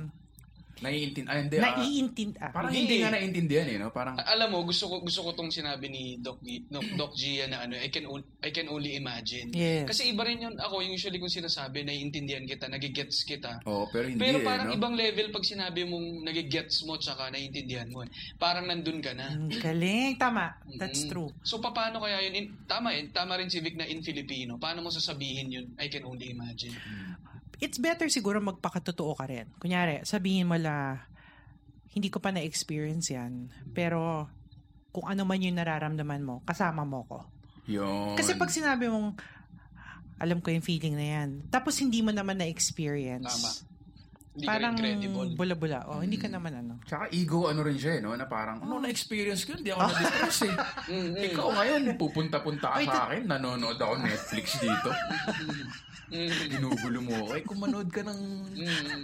S1: naiintindihan. Ay, hindi. ah.
S3: naiintindi. ah.
S1: parang
S2: Hindi
S1: hindi
S2: eh.
S1: nga naiintindihan eh, no? Parang,
S2: A- Alam mo, gusto ko gusto ko tong sinabi ni Doc G, no, Doc Gia na ano, I can on- I can only imagine.
S3: Yes.
S2: Kasi iba rin 'yun ako usually kung sinasabi naiintindihan kita, nagigets kita.
S1: oo, pero hindi
S2: Pero
S1: eh,
S2: parang
S1: no?
S2: ibang level pag sinabi mong nagigets mo tsaka naiintindihan mo. eh. Parang nandun ka na.
S3: Ang galing. Tama. That's
S2: Mm.
S3: true.
S2: So paano kaya yun? In- tama eh, tama rin si Vic na in Filipino. Paano mo sasabihin yun? I can only imagine.
S3: It's better siguro magpakatotoo ka rin. Kunyari, sabihin mo la, hindi ko pa na-experience yan, pero kung ano man yung nararamdaman mo, kasama mo ko.
S1: Yun.
S3: Kasi pag sinabi mong, alam ko yung feeling na yan, tapos hindi mo naman na-experience,
S2: Tama. Hindi
S3: parang
S2: ka rin credible. Mm.
S3: bula-bula. O, hindi ka naman ano.
S1: Tsaka ego ano rin siya, eh, no? Na parang, ano na-experience ko yun? Hindi ako na-depress eh.
S2: Mm-mm.
S1: Ikaw ngayon, pupunta-punta ka
S3: Ay,
S1: sa akin. Nanonood ako Netflix dito.
S2: Mm,
S1: Ginugulo mo ako. Ay, kung manood ka ng,
S2: mm.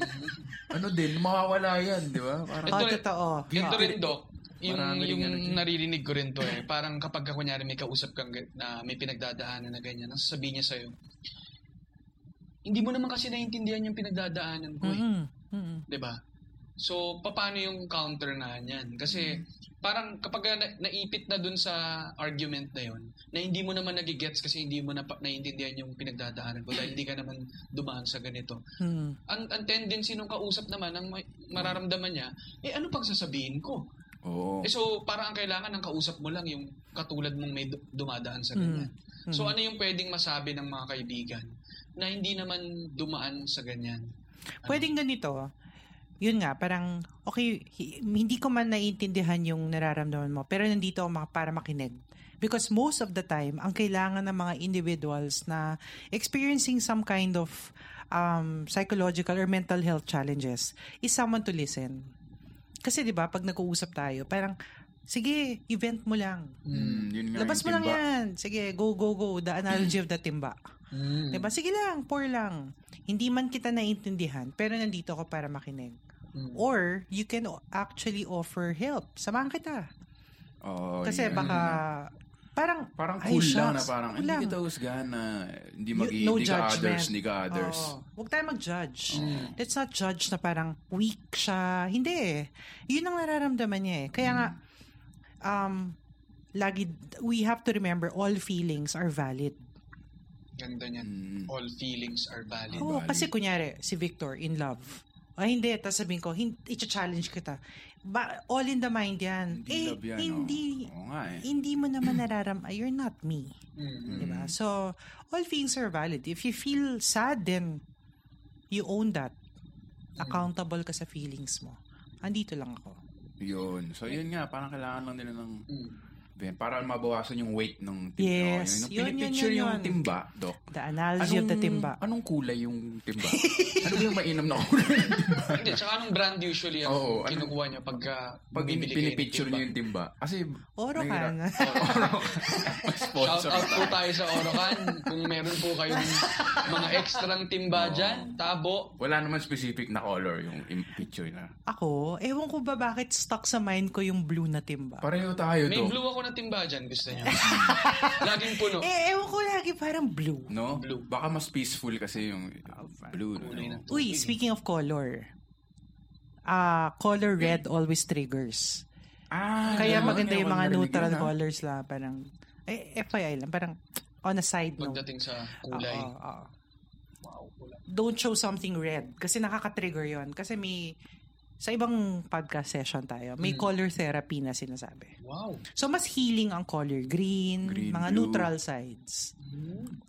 S1: ano din, mawawala yan, di ba? Parang,
S3: O,
S2: Ito rin-
S3: Oh, totoo.
S2: Ito
S1: Ah.
S2: rin, Doc. Yung,
S1: Marami rin
S2: yung
S1: ganun yun.
S2: naririnig ko rin to eh. Parang kapag ka, kunyari may kausap kang gan- na may pinagdadaanan na ganyan, ang sasabihin niya sa'yo, hindi mo naman kasi naiintindihan yung pinagdadaanan ko eh.
S3: Mm. Mm.
S2: 'Di ba? So, paano yung counter na niyan? Kasi, parang kapag na- naipit na dun sa argument na yon na hindi mo naman nagigets kasi hindi mo na naiintindihan yung pinagdadaanan mo dahil hindi ka naman dumaan sa ganito.
S3: Hmm.
S2: Ang, ang tendency nung kausap naman, ang may- mararamdaman niya, eh ano pag sasabihin ko?
S1: Oo.
S2: Eh, so, parang ang kailangan ng kausap mo lang yung katulad mong may du- dumadaan sa ganyan. So, ano yung pwedeng masabi ng mga kaibigan na hindi naman dumaan sa ganyan?
S3: Pwedeng ganito. Yun nga, parang, okay, hi- hindi ko man naiintindihan yung nararamdaman mo, pero nandito ako mak- para makinig. Because most of the time, ang kailangan ng mga individuals na experiencing some kind of um, psychological or mental health challenges is someone to listen. Kasi 'di ba pag nag-uusap tayo, parang sige, event mo lang.
S1: Mm, yun nga
S3: Labas
S1: yung
S3: mo lang
S1: timba.
S3: 'yan. Sige, go go go, the analogy of the timba.
S2: Mm.
S3: 'Di ba? Diba? Sige lang, pour lang. Hindi man kita naiintindihan, pero nandito ako para makinig.
S2: Mm.
S3: Or you can o- actually offer help. Samahan kita.
S1: Oo,
S3: Kasi
S1: yun.
S3: baka parang
S1: Oh, Mm-hmm. Parang
S3: ay,
S1: cool lang na
S3: shucks,
S1: parang,
S3: cool
S1: hindi
S3: lang.
S1: kita husgahan na hindi
S3: You-
S1: mag hindi
S3: no
S1: ka
S3: judgment.
S1: others, hindi ka others.
S3: Oo. Huwag tayo mag-judge. Let's not judge na parang weak siya. Hindi eh. Yun ang nararamdaman niya eh. Kaya nga,
S1: Mm-hmm.
S3: um, lagi, we have to remember all feelings are valid.
S2: Ganda niyan.
S1: Mm.
S2: All feelings are valid.
S3: Oo,
S1: valid.
S3: kasi kunyari, si Victor, in love. Ay, hindi. Tapos sabihin ko, hin- challenge kita. Ba, all in the mind yan.
S1: Hindi
S3: eh,
S1: love yan,
S3: hindi,
S1: oo. Oo nga eh.
S3: hindi mo naman nararam, ah, you're not me.
S2: Mm.
S3: Diba? So, all things are valid. If you feel sad, then you own that. Accountable ka sa feelings mo. Andito lang ako.
S1: Yun. So, yun nga. Parang kailangan lang nila ng...
S2: Mm.
S1: Ben, para mabawasan yung weight ng timba. Yung
S3: Yes, yun,
S1: pinipicture
S3: yun, yun,
S1: yung
S3: yun.
S1: timba, Doc.
S3: The analogy of the timba.
S1: Anong kulay yung timba? ano ba yung mainam na kulay ng timba?
S2: Hindi, tsaka anong brand usually ang
S1: Oo, anong-
S2: kinukuha niya pagka
S1: Pag in-
S2: bumibili kayo ng
S1: pinipicture
S2: timba?
S1: niyo yung timba. Kasi...
S3: Oro ka
S1: nahira-
S3: na.
S1: Oo, oro.
S2: Shout
S1: Sponsor
S2: out po
S1: tayo.
S2: tayo sa Orocan. Kung meron po kayong mga extrang timba dyan, tabo.
S1: Wala naman specific na color yung im- picture na.
S3: Ako, ewan ko ba bakit stuck sa mind ko yung blue na timba.
S1: Pareho tayo,
S2: May
S1: Doc.
S2: blue ako na timba dyan, gusto niya. Laging puno.
S3: Eh, ewan ko lagi parang blue.
S1: No?
S2: Blue.
S1: Baka mas peaceful kasi yung blue. No?
S2: Kulay ng
S3: Uy,
S2: tubig.
S3: speaking of color. Ah, color red always triggers.
S1: Hmm. Ah,
S3: Kaya
S1: ganun.
S3: maganda yung
S1: Ewan,
S3: mga
S1: narinig
S3: neutral
S1: yun, ah.
S3: colors la parang eh FYI lang parang on a side note.
S2: Pagdating sa kulay.
S3: Oo, oo.
S2: Wow, kulay.
S3: don't show something red kasi nakaka-trigger 'yon kasi may sa ibang podcast session tayo
S1: Hmm.
S3: may color therapy na sinasabi.
S2: Wow.
S3: So mas healing ang color green,
S1: Green,
S3: mga
S1: blue.
S3: neutral sides.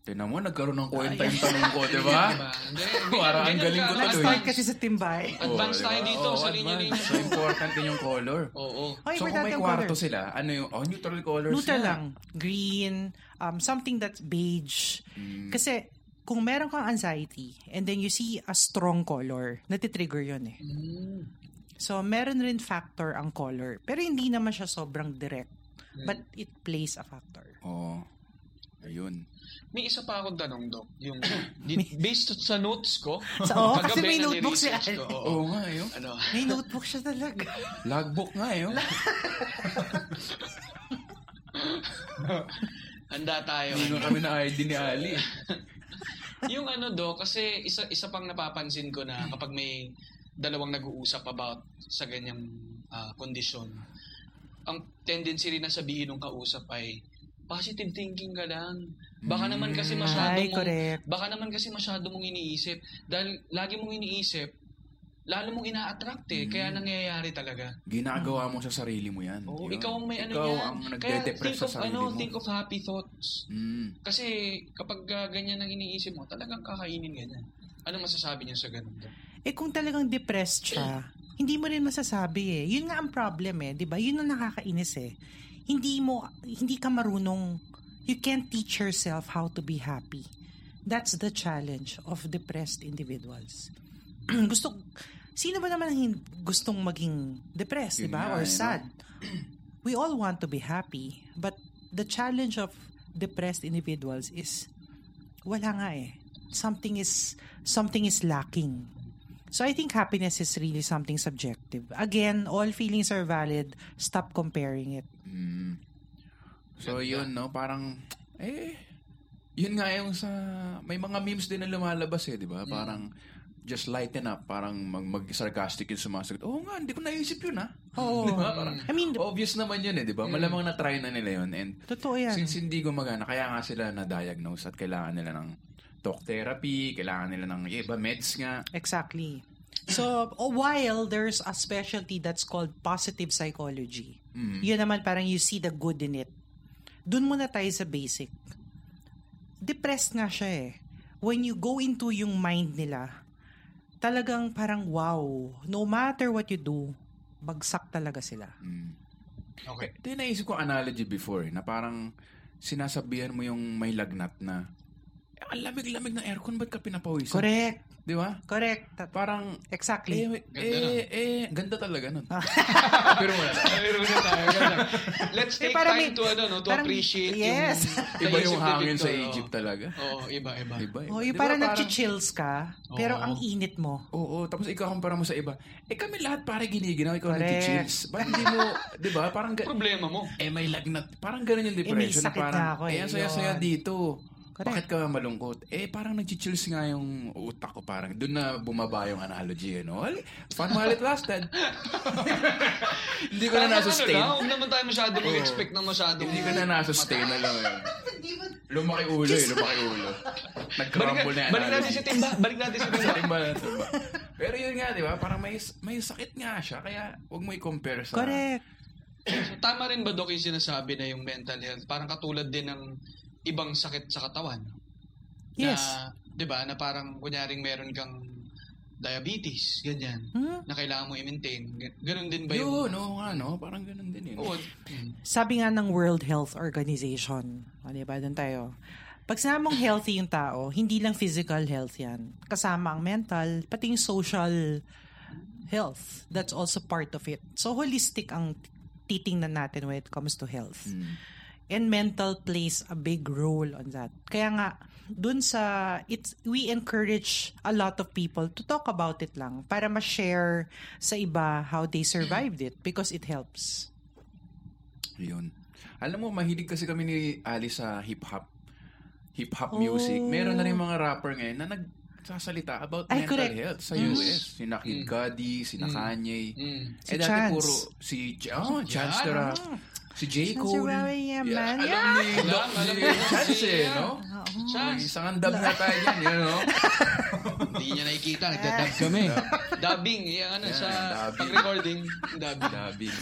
S1: Tinan mo, nagkaroon
S2: Ah,
S1: ng kwenta yung tanong ko, di ba?
S2: Diba? Hindi,
S1: Ah. Parang ang
S2: ganyan
S1: galing ko
S2: ka.
S1: tuloy.
S3: Start kasi sa timbay.
S1: Oo,
S2: Advance
S1: Oh, di ba?
S2: tayo dito,
S1: Oo,
S2: sa linya
S1: advance.
S2: ninyo.
S1: So, important din yung color.
S2: Oo.
S1: so, kung
S3: Okay,
S1: may
S3: importante ang
S1: kwarto
S3: color.
S1: sila, ano yung, oh, neutral colors
S3: Neutral
S1: na.
S3: lang. Green, um, something that's beige.
S1: Mm.
S3: Kasi kung meron kang anxiety and then you see a strong color, natitrigger yun eh.
S2: Mm.
S3: So, meron rin factor ang color. Pero hindi naman siya sobrang direct. But it plays a factor.
S1: Oo. Oh, Ayun.
S2: May isa pa akong tanong, Doc. Yung, di- based sa notes ko,
S3: Sa- oo,
S2: kagabi
S3: kasi may
S2: na
S3: notebook si
S2: ni-research ko,
S3: Alec.
S1: Oo
S2: oo.
S1: nga, yun.
S2: Ano,
S3: May notebook siya talaga.
S1: Logbook nga, eh, oh. yun.
S2: handa tayo.
S1: Hindi kami na ID ni Ali. eh.
S2: yung ano, Doc, kasi isa, isa pang napapansin ko na kapag may dalawang nag-uusap about sa ganyang ah, kondisyon, ang tendency rin na sabihin ng kausap ay, positive thinking ka lang.
S1: Mm.
S2: Baka naman kasi masyado
S3: Ay,
S2: mong-
S3: correct.
S2: baka naman kasi masyado mong iniisip. Dahil lagi mong iniisip, lalo mong ina-attract eh. Kaya nangyayari talaga.
S1: Ginagawa mo sa sarili mo yan.
S2: Oo,
S1: Mm. Yun.
S2: ikaw ang may ano
S1: Ikaw
S2: yan.
S1: ang
S2: Kaya
S1: nagde-depress
S2: think
S1: sa
S2: of,
S1: sarili
S2: ano,
S1: mo.
S2: Think of happy thoughts.
S1: Mm.
S2: Kasi kapag ah, ganyan ang iniisip mo, talagang kakainin ganyan. Ano masasabi niyo sa ganun? Doc?
S3: Eh kung talagang depressed siya, hindi mo rin masasabi eh. Yun nga ang problem eh, 'di ba? Yun ang nakakainis eh. Hindi mo hindi ka marunong you can't teach yourself how to be happy. That's the challenge of depressed individuals. Gusto sino ba naman ang hin- gustong maging depressed, 'di
S1: Yun nga,
S3: ba? Or
S1: eh, no?
S3: sad. We all want to be happy, but the challenge of depressed individuals is wala nga eh. Something is something is lacking. So I think happiness is really something subjective. Again, all feelings are valid. Stop comparing it.
S1: Mm. So yun, no? Parang, eh, yun nga yung sa, may mga memes din na lumalabas eh, di eh, ba? Parang, just lighten up, parang mag- mag-sarcastic yung sumasagot. Oo nga, hindi ko naisip yun ha.
S3: Oo.
S1: Di ba? Parang,
S3: I mean,
S1: obvious naman yun eh, di ba? Malamang na-try na nila yun. And
S3: totoo yan.
S1: Since hindi gumagana, kaya nga sila na-diagnose at kailangan nila ng talk therapy, kailangan nila ng iba meds nga.
S3: Exactly. So, oh, while there's a specialty that's called positive psychology,
S1: Mm-hmm.
S3: yun naman parang you see the good in it. Doon muna tayo sa basic. Depressed nga siya eh. When you go into yung mind nila, talagang parang wow, no matter what you do, bagsak talaga sila.
S2: Okay.
S1: Ito yung naisip ko analogy before eh, na parang sinasabihan mo yung may lagnat na, "Eh, ang lamig-lamig ng aircon, ba't ka pinapawisan?
S3: Correct.
S1: Di ba?
S3: Correct. Ta-
S1: Parang,
S3: Exactly. Ah.
S1: eh,
S2: Ganda
S1: eh,
S2: nun.
S1: eh, ganda talaga nun. Pero wala.
S2: Meron na tayo. ganda. Let's
S3: Eh,
S2: take
S3: parang
S2: time
S3: may-
S2: to, ano, no, to
S3: parang-
S2: appreciate
S3: Yes.
S2: yung...
S1: Iba yung
S2: naisip ni
S1: hangin sa
S2: Victor, oo. Diba?
S1: Egypt talaga.
S2: Oo, iba, iba.
S1: Iba, iba.
S3: Oh,
S1: Di
S3: yung
S1: ba?
S3: parang nag-chills ka, pero
S2: Oo.
S3: ang init mo.
S1: Oo, tapos ikaw kumpara mo sa iba. Eh kami lahat pare giniginaw, ikaw
S3: Correct.
S1: nag-chills. Ba't hindi mo, di ba? Parang, ga-
S2: Problema mo.
S1: eh may lagnat. Parang ganun yung
S3: Eh, may
S1: depression.
S3: sakit
S1: parang,
S3: na ako eh,
S1: ang saya-saya
S3: yun.
S1: dito. Bakit
S3: Correct.
S1: ka malungkot? Eh, parang nag-chills nga yung utak ko. Parang doon na bumaba yung analogy. You know? Well, Fun while it lasted. Hindi ko na
S2: Parang ano lang,
S1: nasustain.
S2: Huwag naman tayo masyado mag-expect ng masyado.
S1: Hindi ko na nasustain. Alam mo yun. Lumaki ulo eh. Lumaki ulo.
S2: Balik,
S1: Nag-crumble na
S2: balik natin si
S1: analogy.
S2: Timba. Balik natin si Timba.
S1: Timba na timba. Pero yun nga, di ba? Parang may, may sakit nga siya. Kaya huwag mo i-compare sa...
S3: Correct.
S2: So, tama rin ba, Doc, yung sinasabi na yung mental health? Parang katulad din ng ibang sakit sa katawan.
S3: Yes.
S2: Na, di ba, na parang kunyaring meron kang diabetes, ganyan,
S3: Hmm?
S2: na kailangan mo i-maintain. Gan- Ganun din ba yung...
S1: Yun, oo nga, no? Parang ganun din yun.
S2: Oo.
S3: sabi nga ng World Health Organization, o, di ba, doon tayo, pag sinabi mong healthy yung tao, hindi lang physical health yan. Kasama ang mental, pati yung social health. That's also part of it. So, holistic ang titingnan natin when it comes to health. And mental plays a big role on that. Kaya nga, dun sa, it's, we encourage a lot of people to talk about it lang para ma-share sa iba how they survived it because it helps.
S1: Yun. Alam mo, mahilig kasi kami ni Ali sa hip-hop. Hip-hop music. Meron na rin mga rapper ngayon na nagsasalita about
S3: Oh. Ay,
S1: mental
S3: correct. Mm.
S1: health sa US. Sina Kid Cudi, sina Kanye.
S2: Mm.
S1: Eh,
S3: Si
S1: dati
S3: Chance.
S1: puro si Ch- oh, Chance the Rapper. Si J.
S3: Chance the
S1: Cole.
S3: Rapper, yeah, man.
S1: Alam
S3: Yeah. Uh-huh.
S1: ni
S2: Alam, alam
S1: ni
S2: ni
S1: Chance
S2: Chance,
S1: eh,
S2: yeah.
S1: no?
S2: Chance,
S1: Isang andab na tayo dyan, you know?
S2: hindi niya nakikita. Nagdadab kami. Dubbing, yung ano, sa
S1: dubbing.
S2: pag-recording. Dubbing.
S1: Labing.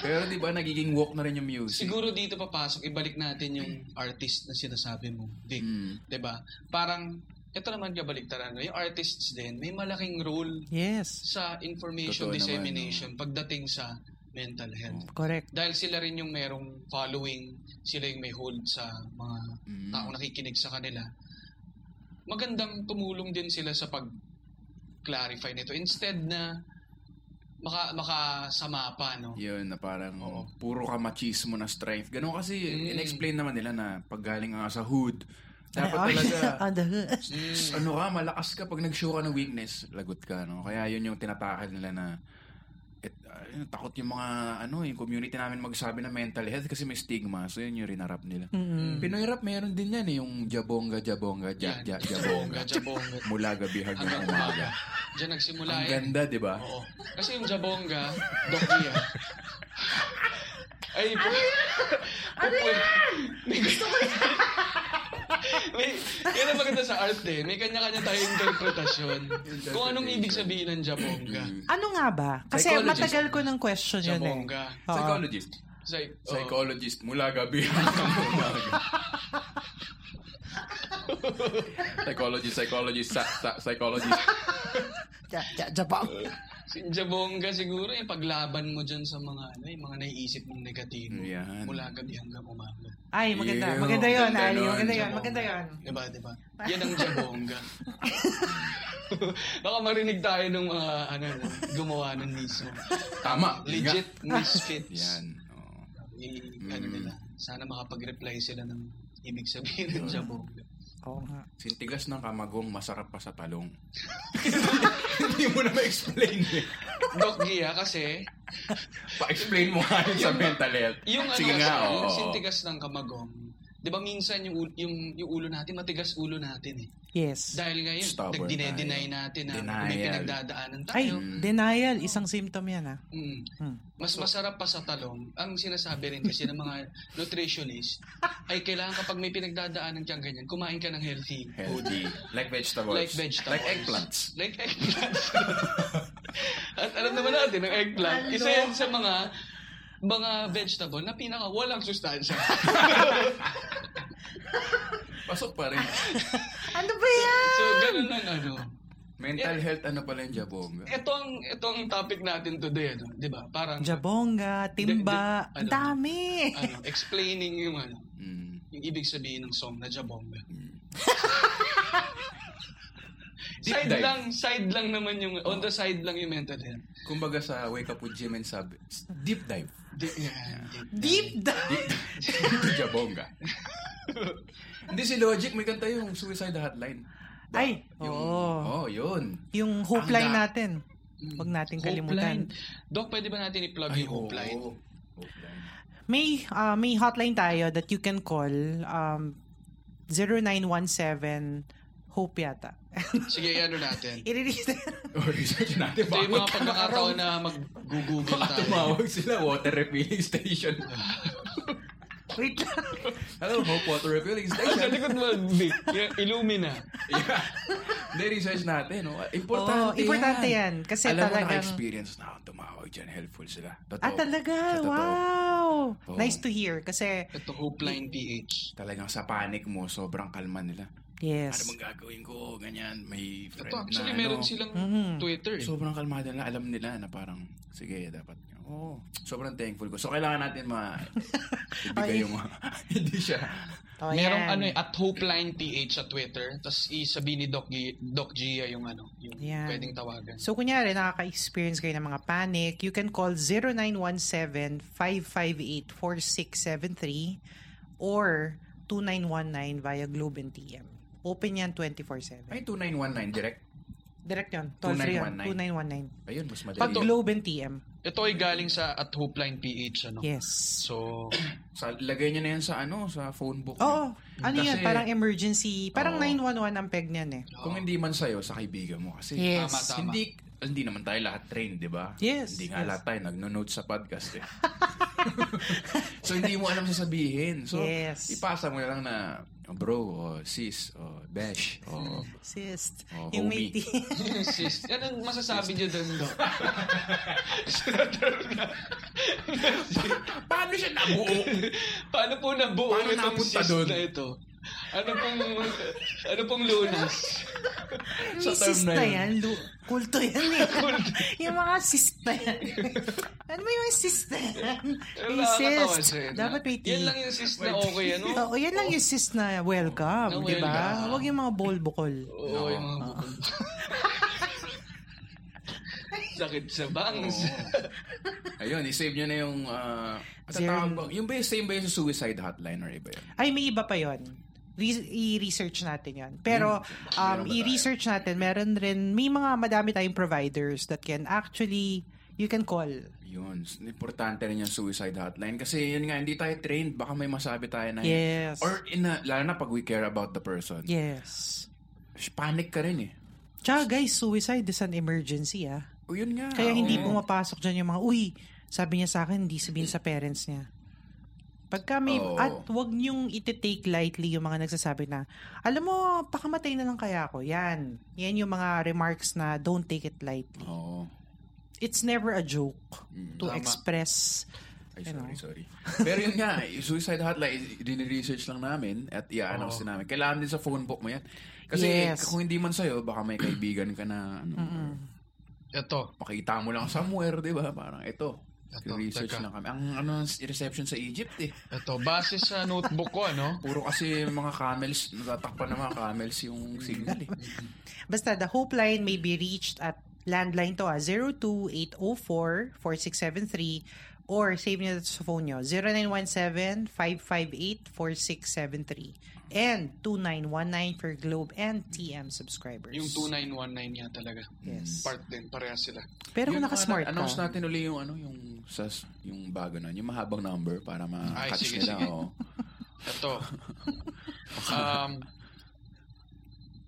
S1: Pero di ba, nagiging walk na rin yung music.
S2: Siguro dito papasok, ibalik natin yung artist na sinasabi mo, Vic.
S1: Mm.
S2: 'Di ba? Parang, ito naman kabaligtaran. no? Yung artists din, may malaking role
S3: Yes,
S2: sa information
S1: Totoo naman,
S2: dissemination pagdating sa mental health.
S3: correct.
S2: Dahil sila rin yung merong following, sila yung may hold sa mga
S1: Mm-hmm.
S2: taong nakikinig sa kanila. Magandang tumulong din sila sa pag-clarify nito. Instead na maka, makasama pa, no?
S1: Yun, na parang puro ka machismo na strength. Ganun kasi,
S2: Mm.
S1: in-explain naman nila na pag galing ka sa hood, dapat
S3: Ay, Mm.
S1: talaga,
S3: on the hood.
S1: s- ano ka, malakas ka pag nag-show ka ng weakness, lagot ka, no? Kaya yun yung tinatakal nila na, et, ayun, takot yung mga, ano, yung community namin magsabi na mental health kasi may stigma. So yun yung rinarap nila. Pinoy rap, meron din yan eh, yung jabonga, jabonga, ja,
S2: Yan.
S1: ja, jabonga.
S2: Jabonga.
S1: Mula gabi hanggang
S2: Hanggang
S3: Ano
S1: umaga.
S2: umaga. Diyan nagsimula
S1: Ang
S2: yan.
S1: ganda, di ba?
S2: Oo. Kasi yung Jabonga, Doc Gia. Ay, po. Ano May gusto ko yan. May, yun ang maganda sa art eh. May kanya-kanya tayong interpretasyon. Kung anong ibig sabihin ng Jabonga.
S3: Ano nga ba? Kasi
S1: Psychologist.
S3: matagal ko ng question yun eh.
S2: Jabonga.
S3: Oo.
S1: Psychologist.
S2: Psych- oo.
S1: Psychologist mula gabi hanggang umaga. psychologist, psychologist, sa- sa- psychologist.
S3: Ja- ja- Jabang.
S2: Si Jabonga siguro, yung paglaban mo dyan sa mga, ano, yung mga naiisip mong negatibo.
S1: Yan.
S2: Mula gabi hanggang umaga.
S3: Ay, maganda.
S1: Ew,
S3: Maganda yun,
S1: maganda
S3: Ali.
S1: nun,
S3: Maganda yun.
S1: Jabang.
S3: Maganda yun.
S2: Diba, diba? Yan ang jabongga. Baka marinig tayo ng mga ano, gumawa nun mismo.
S1: Tama. yun nga.
S2: Legit misfits.
S1: Yan. Mm. oo.
S2: I- ano nila, sana makapag-reply sila ng ibig sabihin ng jabongga.
S3: Oo nga.
S1: Sintigas ng kamagong, masarap pa sa talong. Hindi mo na ma-explain eh.
S2: Doc Gia kasi,
S1: Pa-explain mo nga yun sa mental health.
S2: yung
S1: Sige
S2: ano,
S1: nga,
S2: kasi,
S1: oo.
S2: yung sintigas ng kamagong, 'Di ba minsan yung ulo, yung yung ulo natin matigas ulo natin eh.
S3: Yes.
S2: Dahil ngayon,
S1: Stubborn
S2: nagdine-deny
S1: tayo.
S2: natin na
S1: Denial.
S2: may pinagdadaanan
S3: Ay,
S2: tayo.
S3: denial. Isang symptom yan ah.
S2: Mm.
S3: Hmm.
S2: Mas masarap pa sa talong. Ang sinasabi rin kasi ng mga nutritionist ay kailangan kapag may pinagdadaanan kang ganyan, kumain ka ng healthy food.
S1: Healthy. Like vegetables.
S2: Like vegetables.
S1: Like eggplants.
S2: Like eggplants. At alam naman natin, ang eggplant,
S3: Ano?
S2: isa yan sa mga mga vegetable na pinaka walang sustansya.
S1: Pasok pa rin.
S3: Ano ba yan?
S2: so, ganun ang ano.
S1: Mental health, ano pala yung jabong?
S2: Ito ang, ito ang topic natin today, ano, di ba? Parang,
S3: Jabonga,
S2: Di- di-
S3: timba, ang
S2: ano?
S3: dami.
S2: ano, explaining yung ano,
S1: Mm.
S2: yung ibig sabihin ng song na Jabonga. side
S1: Deep dive.
S2: lang, side lang naman yung, on the side lang yung mental health.
S1: Kumbaga sa Wake Up with Jim and Sab, deep dive.
S2: Di- yeah, di-
S3: Deep dive.
S1: Jabonga. Hindi si Logic, may kanta yung Suicide Hotline.
S3: Ay,
S1: Yung,
S3: oo.
S1: oh, yun.
S3: Yung hope
S1: Ang
S3: line
S1: da-
S3: natin. Huwag natin kalimutan.
S2: Hopeline. Doc, pwede ba natin i-plug yung
S1: oo.
S2: Hopeline?
S1: Hopeline.
S3: May uh, may hotline tayo that you can call um 0917 hope yata.
S2: Sige, ano natin.
S3: I-release.
S1: Oh, research natin.
S2: Ito yung mga
S1: Baka
S2: pagkakataon na mag-google
S1: Baka
S2: tayo.
S1: tumawag sila, water refilling station.
S3: Wait lang.
S1: Hello, Hope Water Refilling
S2: Sa
S1: Station.
S2: likod mo, Vic. Yeah, Illumina.
S1: yeah. Hindi, research natin. Oh.
S3: Oo,
S1: Importante,
S3: importante
S1: yan.
S3: yan. Kasi
S1: Alam
S3: talagang-
S1: mo, naka-experience na ako tumawag dyan. Helpful sila. Totoo.
S3: Ah,
S1: Sa
S3: talaga?
S1: totoo.
S3: Wow!
S1: Oo.
S3: Nice to hear. Kasi,
S2: Ito, Hopeline PH.
S1: Talagang sa panic mo, sobrang kalma nila. Ano
S3: yes.
S1: bang gagawin ko? Ganyan, may friend
S2: Ito, actually,
S1: na
S2: meron
S1: ano.
S2: silang
S3: Mhm.
S2: Twitter. eh.
S1: Sobrang kalmada nila. Alam nila na parang, sige, dapat. Oo. Oh, sobrang thankful ko. So, kailangan natin ma... ibigay yung mga... Hindi siya.
S3: Oh,
S2: Merong
S3: yan.
S2: ano eh, at Hopeline PH sa Twitter. Tapos isabihin ni Doc, G- Doc Gia yung ano, yung
S3: Yan.
S2: pwedeng tawagan.
S3: So, kunyari, nakaka-experience kayo ng mga panic, you can call 0917-558-4673 or 2919 via Globe and TM. Open yan 24-7.
S1: Ay, 2919 direct.
S3: Direct yun. Toll free yun. 2919.
S1: Ayun, mas madali.
S3: Pag
S1: yun.
S3: Globe and TM.
S2: Ito ay galing sa at Hopeline PH, ano?
S3: Yes.
S2: So,
S1: Sa, lagay niya na yan sa ano, sa phone book.
S3: Oo. Ano yan?
S1: Kasi-
S3: Parang emergency. Parang
S1: Oo.
S3: 911 ang peg niyan eh.
S1: Kung hindi man sa'yo, sa kaibigan mo. Kasi ah,
S3: Yes.
S2: oh, Tama, tama.
S1: hindi hindi naman tayo lahat trained, di ba?
S3: Yes,
S1: Hindi nga
S3: yes.
S1: lahat tayo nagno-note sa podcast eh. so hindi mo alam sasabihin. So
S3: Yes.
S1: ipasa mo na lang na bro, o sis, o besh, o
S3: Sis.
S1: Oh,
S3: yung may
S1: homie.
S3: T-
S2: sis, yan ang masasabi niyo doon, Doc.
S1: paano siya nabuo?
S2: Paano po nabuo
S1: Paano
S2: itong
S1: napunta
S2: sis
S1: doon?
S2: na ito? Ano pong, ano pong lunas?
S1: Sa
S3: May
S1: term
S3: sis
S1: na
S3: na
S1: yun.
S3: yan. Lu- kulto yan eh. yung mga sis na yan. ano ba yung sis na yan?
S2: Ano
S3: May
S2: nakakatawa
S3: sis.
S2: siya, no?
S3: Dapat may T.
S2: Yan lang yung sis na okay, ano?
S3: Oo, yan lang yung sis na welcome,
S2: Na
S3: di ba?
S2: welcome.
S3: Huwag yung mga bol-bukol.
S2: Oo,
S1: No.
S2: yung mga bukol. Sakit sa bangs.
S1: Ayun, isave niyo na yung ah, at
S3: Zero-
S1: tatawag ba- yung ba yung same ba yung sa suicide hotline or iba yun?
S3: Ay, may iba pa yon. Re- I-research natin yon. Pero um,
S1: Meron ba
S3: i-research natin, meron rin, may mga madami tayong providers that can actually, you can call.
S1: Yun, importante rin yung suicide hotline kasi yun nga, hindi tayo trained, baka may masabi tayo na
S3: Yes.
S1: Or in a, lalo na pag we care about the person.
S3: Yes.
S1: Panic ka rin eh.
S3: Tsaka guys, suicide is an emergency ah.
S1: O yun nga.
S3: Kaya hindi
S1: oo.
S3: pumapasok dyan yung mga, uy, sabi niya sa akin, hindi sabihin sa parents niya. Pagka may,
S1: Oo.
S3: at wag niyong iti-take lightly yung mga nagsasabi na, alam mo, pakamatay na lang kaya ako. Yan. Yan yung mga remarks na don't take it lightly.
S1: Oo.
S3: It's never a joke to
S2: Mm, Tama.
S3: express.
S1: Ay,
S3: Ayun,
S1: sorry, sorry. Pero yun nga, yung suicide hotline, diniresearch lang namin at i-announce din namin. Kailangan din sa phone book mo yan. Kasi
S3: Yes.
S1: kung hindi man sa'yo, baka may kaibigan ka na, ano,
S2: Ito,
S1: makita mo lang somewhere, di ba? Parang ito.
S2: Ito,
S1: research
S2: teka.
S1: lang kami. Ang ano, reception sa Egypt eh.
S2: ito. Base sa notebook ko, ano?
S1: Puro kasi mga camels, natatakpan ng mga camels yung signal eh.
S3: Basta, the hope line may be reached at landline to ah, 02804-4673 or save nyo dito sa phone nyo, 0917-558-4673 and 2919 for Globe and TM subscribers.
S2: Yung 2919 niya talaga.
S3: Yes.
S2: Part din, pareha sila.
S3: Pero kung
S1: Yun,
S3: nakasmart
S1: ano,
S3: ka,
S1: Announce natin uli yung ano, yung sa yung bago na, yung mahabang number para
S2: Ay,
S1: ma-catch
S2: sige,
S1: nila.
S2: sige.
S1: oo.
S2: Ito, Um,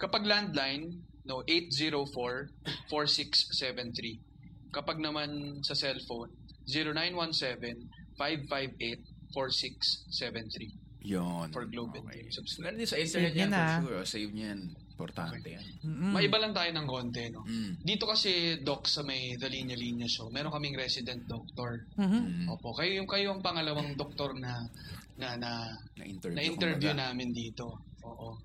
S2: kapag landline, no, 804-4673. Kapag naman sa cellphone, 0917-558-4673
S4: Yun.
S2: for Globe and Game subscribe.
S1: Ganun din sa internet
S3: Save
S1: yan,
S3: yan,
S1: for
S3: ah.
S1: sure. Oh, Save niya yan. Importante yan. Hmm.
S2: Maiba lang tayo ng konti, no?
S4: Mm.
S2: Dito kasi, Doc, sa may The Linya Linya Show, meron kaming resident doctor.
S3: Mhm.
S2: Opo, kayo yung kayo ang pangalawang doktor na na na,
S4: Na-interview.
S2: na interview
S4: kumbaga.
S2: namin dito. Oo.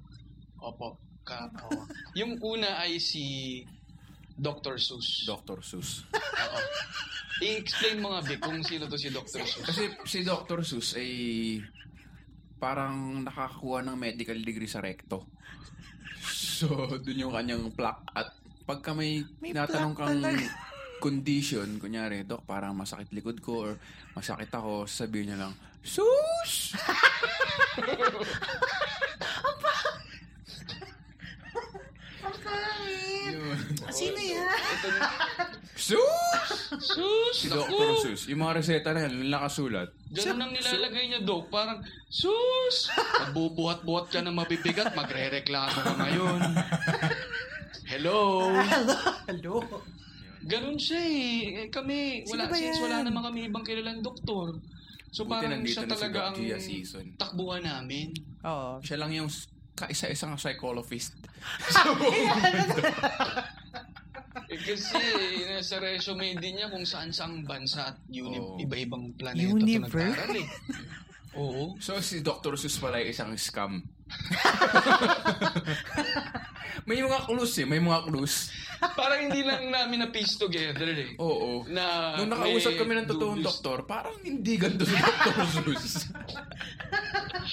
S2: Opo. Ka, oo. yung una ay si Dr. Sus.
S4: Dr. Seuss.
S2: Oo. I-explain mo nga, Vic, kung sino to si Dr. Sus.
S1: Kasi si Dr. Seuss ay parang nakakuha ng medical degree sa recto. So, dun yung kanyang plaque. At pagka may,
S3: May
S1: natanong kang
S3: plaque talaga.
S1: condition, kunyari, Dok, parang masakit likod ko or masakit ako, sabihin niya lang, Sus! Yun.
S3: Ah, Sino yan?
S1: Sus!
S2: Sus!
S1: Si
S2: naku!
S1: Dr. Seuss. Yung mga reseta na yan, nakasulat.
S2: Ganun ang nilalagay niya, Doc. Parang, sus! Magbubuhat-buhat ka ng mabibigat, magre-reklamo ka ngayon. Hello!
S3: Hello? Hello?
S2: Ganun siya eh. Eh, Kami,
S3: Sino
S2: wala,
S3: ba
S2: since
S3: yan?
S2: wala naman kami ibang kilalang doktor. So
S1: Buti
S2: parang
S1: nandito na si
S2: siya
S1: Doc
S2: talaga ang
S1: Gia season.
S2: takbuhan namin. Oh.
S3: Oo.
S1: Siya lang yung kaisa-isang psychologist.
S2: Eh, kasi nasa resume din niya kung saan saang bansa at uni-
S1: Oo.
S2: iba-ibang planeta
S3: Universe?
S2: to nagtaral eh. Oo.
S1: So si Dr. Seuss pala ay isang scam. may mga clues eh, may mga clues.
S2: Parang hindi lang namin na-piece together eh.
S1: Oo.
S2: Na
S1: Nung nakausap
S2: may
S1: kami ng totoong
S2: dubious-
S1: doktor, parang hindi ganito si Dr. Seuss.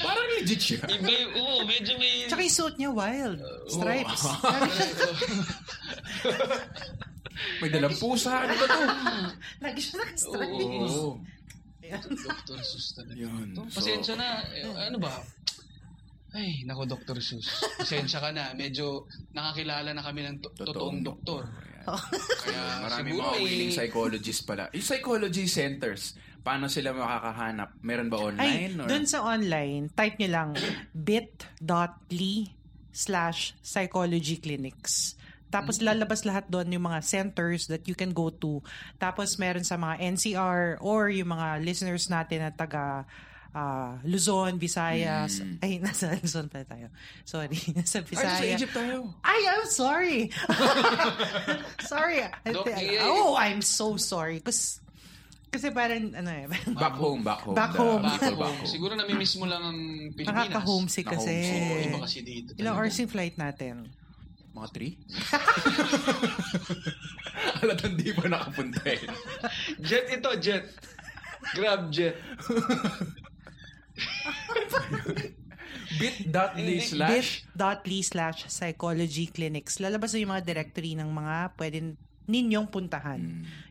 S1: parang legit siya.
S2: Iba yung, oo, medyo may...
S3: Tsaka yung suit niya wild.
S2: Oh.
S3: Stripes.
S1: May dalang pusa. Ano ba to?
S3: Lagi siya naka-stripes.
S1: Oo.
S2: Oh. Dr. Seuss talaga.
S1: Yun.
S3: Mm,
S2: Ito,
S1: So-
S2: Pasensya na. Eh, ano ba? Ay, nako Dr. Seuss. Pasensya ka na. Medyo nakakilala na kami ng to- totoong doktor.
S3: Oh.
S2: Kaya
S1: Marami
S2: siguro eh,
S1: mga
S2: may-
S1: willing psychologist pala. Yung psychology centers, paano sila makakahanap? Meron ba
S3: Ay,
S1: online? or-
S3: dun sa online, type nyo lang bit.ly slash psychology clinics. Tapos
S1: Hmm.
S3: lalabas lahat doon yung mga centers that you can go to. Tapos meron sa mga NCR or yung mga listeners natin na taga ah, Luzon, Visayas. Ay, nasa Luzon pa tayo. Sorry,
S1: Hmm.
S3: nasa
S1: Ay, sa
S3: Visayas.
S1: Egypt tayo.
S3: Ay, I'm sorry. sorry. I
S2: Doc,
S3: think-
S2: eh.
S3: oh, I'm so sorry. Kasi, kasi parang, ano eh,
S1: Back home, back home.
S3: Back
S1: The
S3: home.
S1: people
S2: Back
S1: back
S2: home.
S1: home.
S2: Siguro nami-miss mo lang ang Pilipinas.
S3: nakaka-homesick kasi.
S1: Nakahomesick.
S2: Oo, iba kasi dito.
S3: Ilang
S2: talaga.
S3: hours yung flight natin?
S1: Mga three? Alat, hindi pa nakapunta eh.
S2: Jet ito, jet. Grab jet.
S1: Bit.ly slash
S3: bit.ly slash psychology clinics. Lalabas na yung mga directory ng mga pwede ninyong puntahan.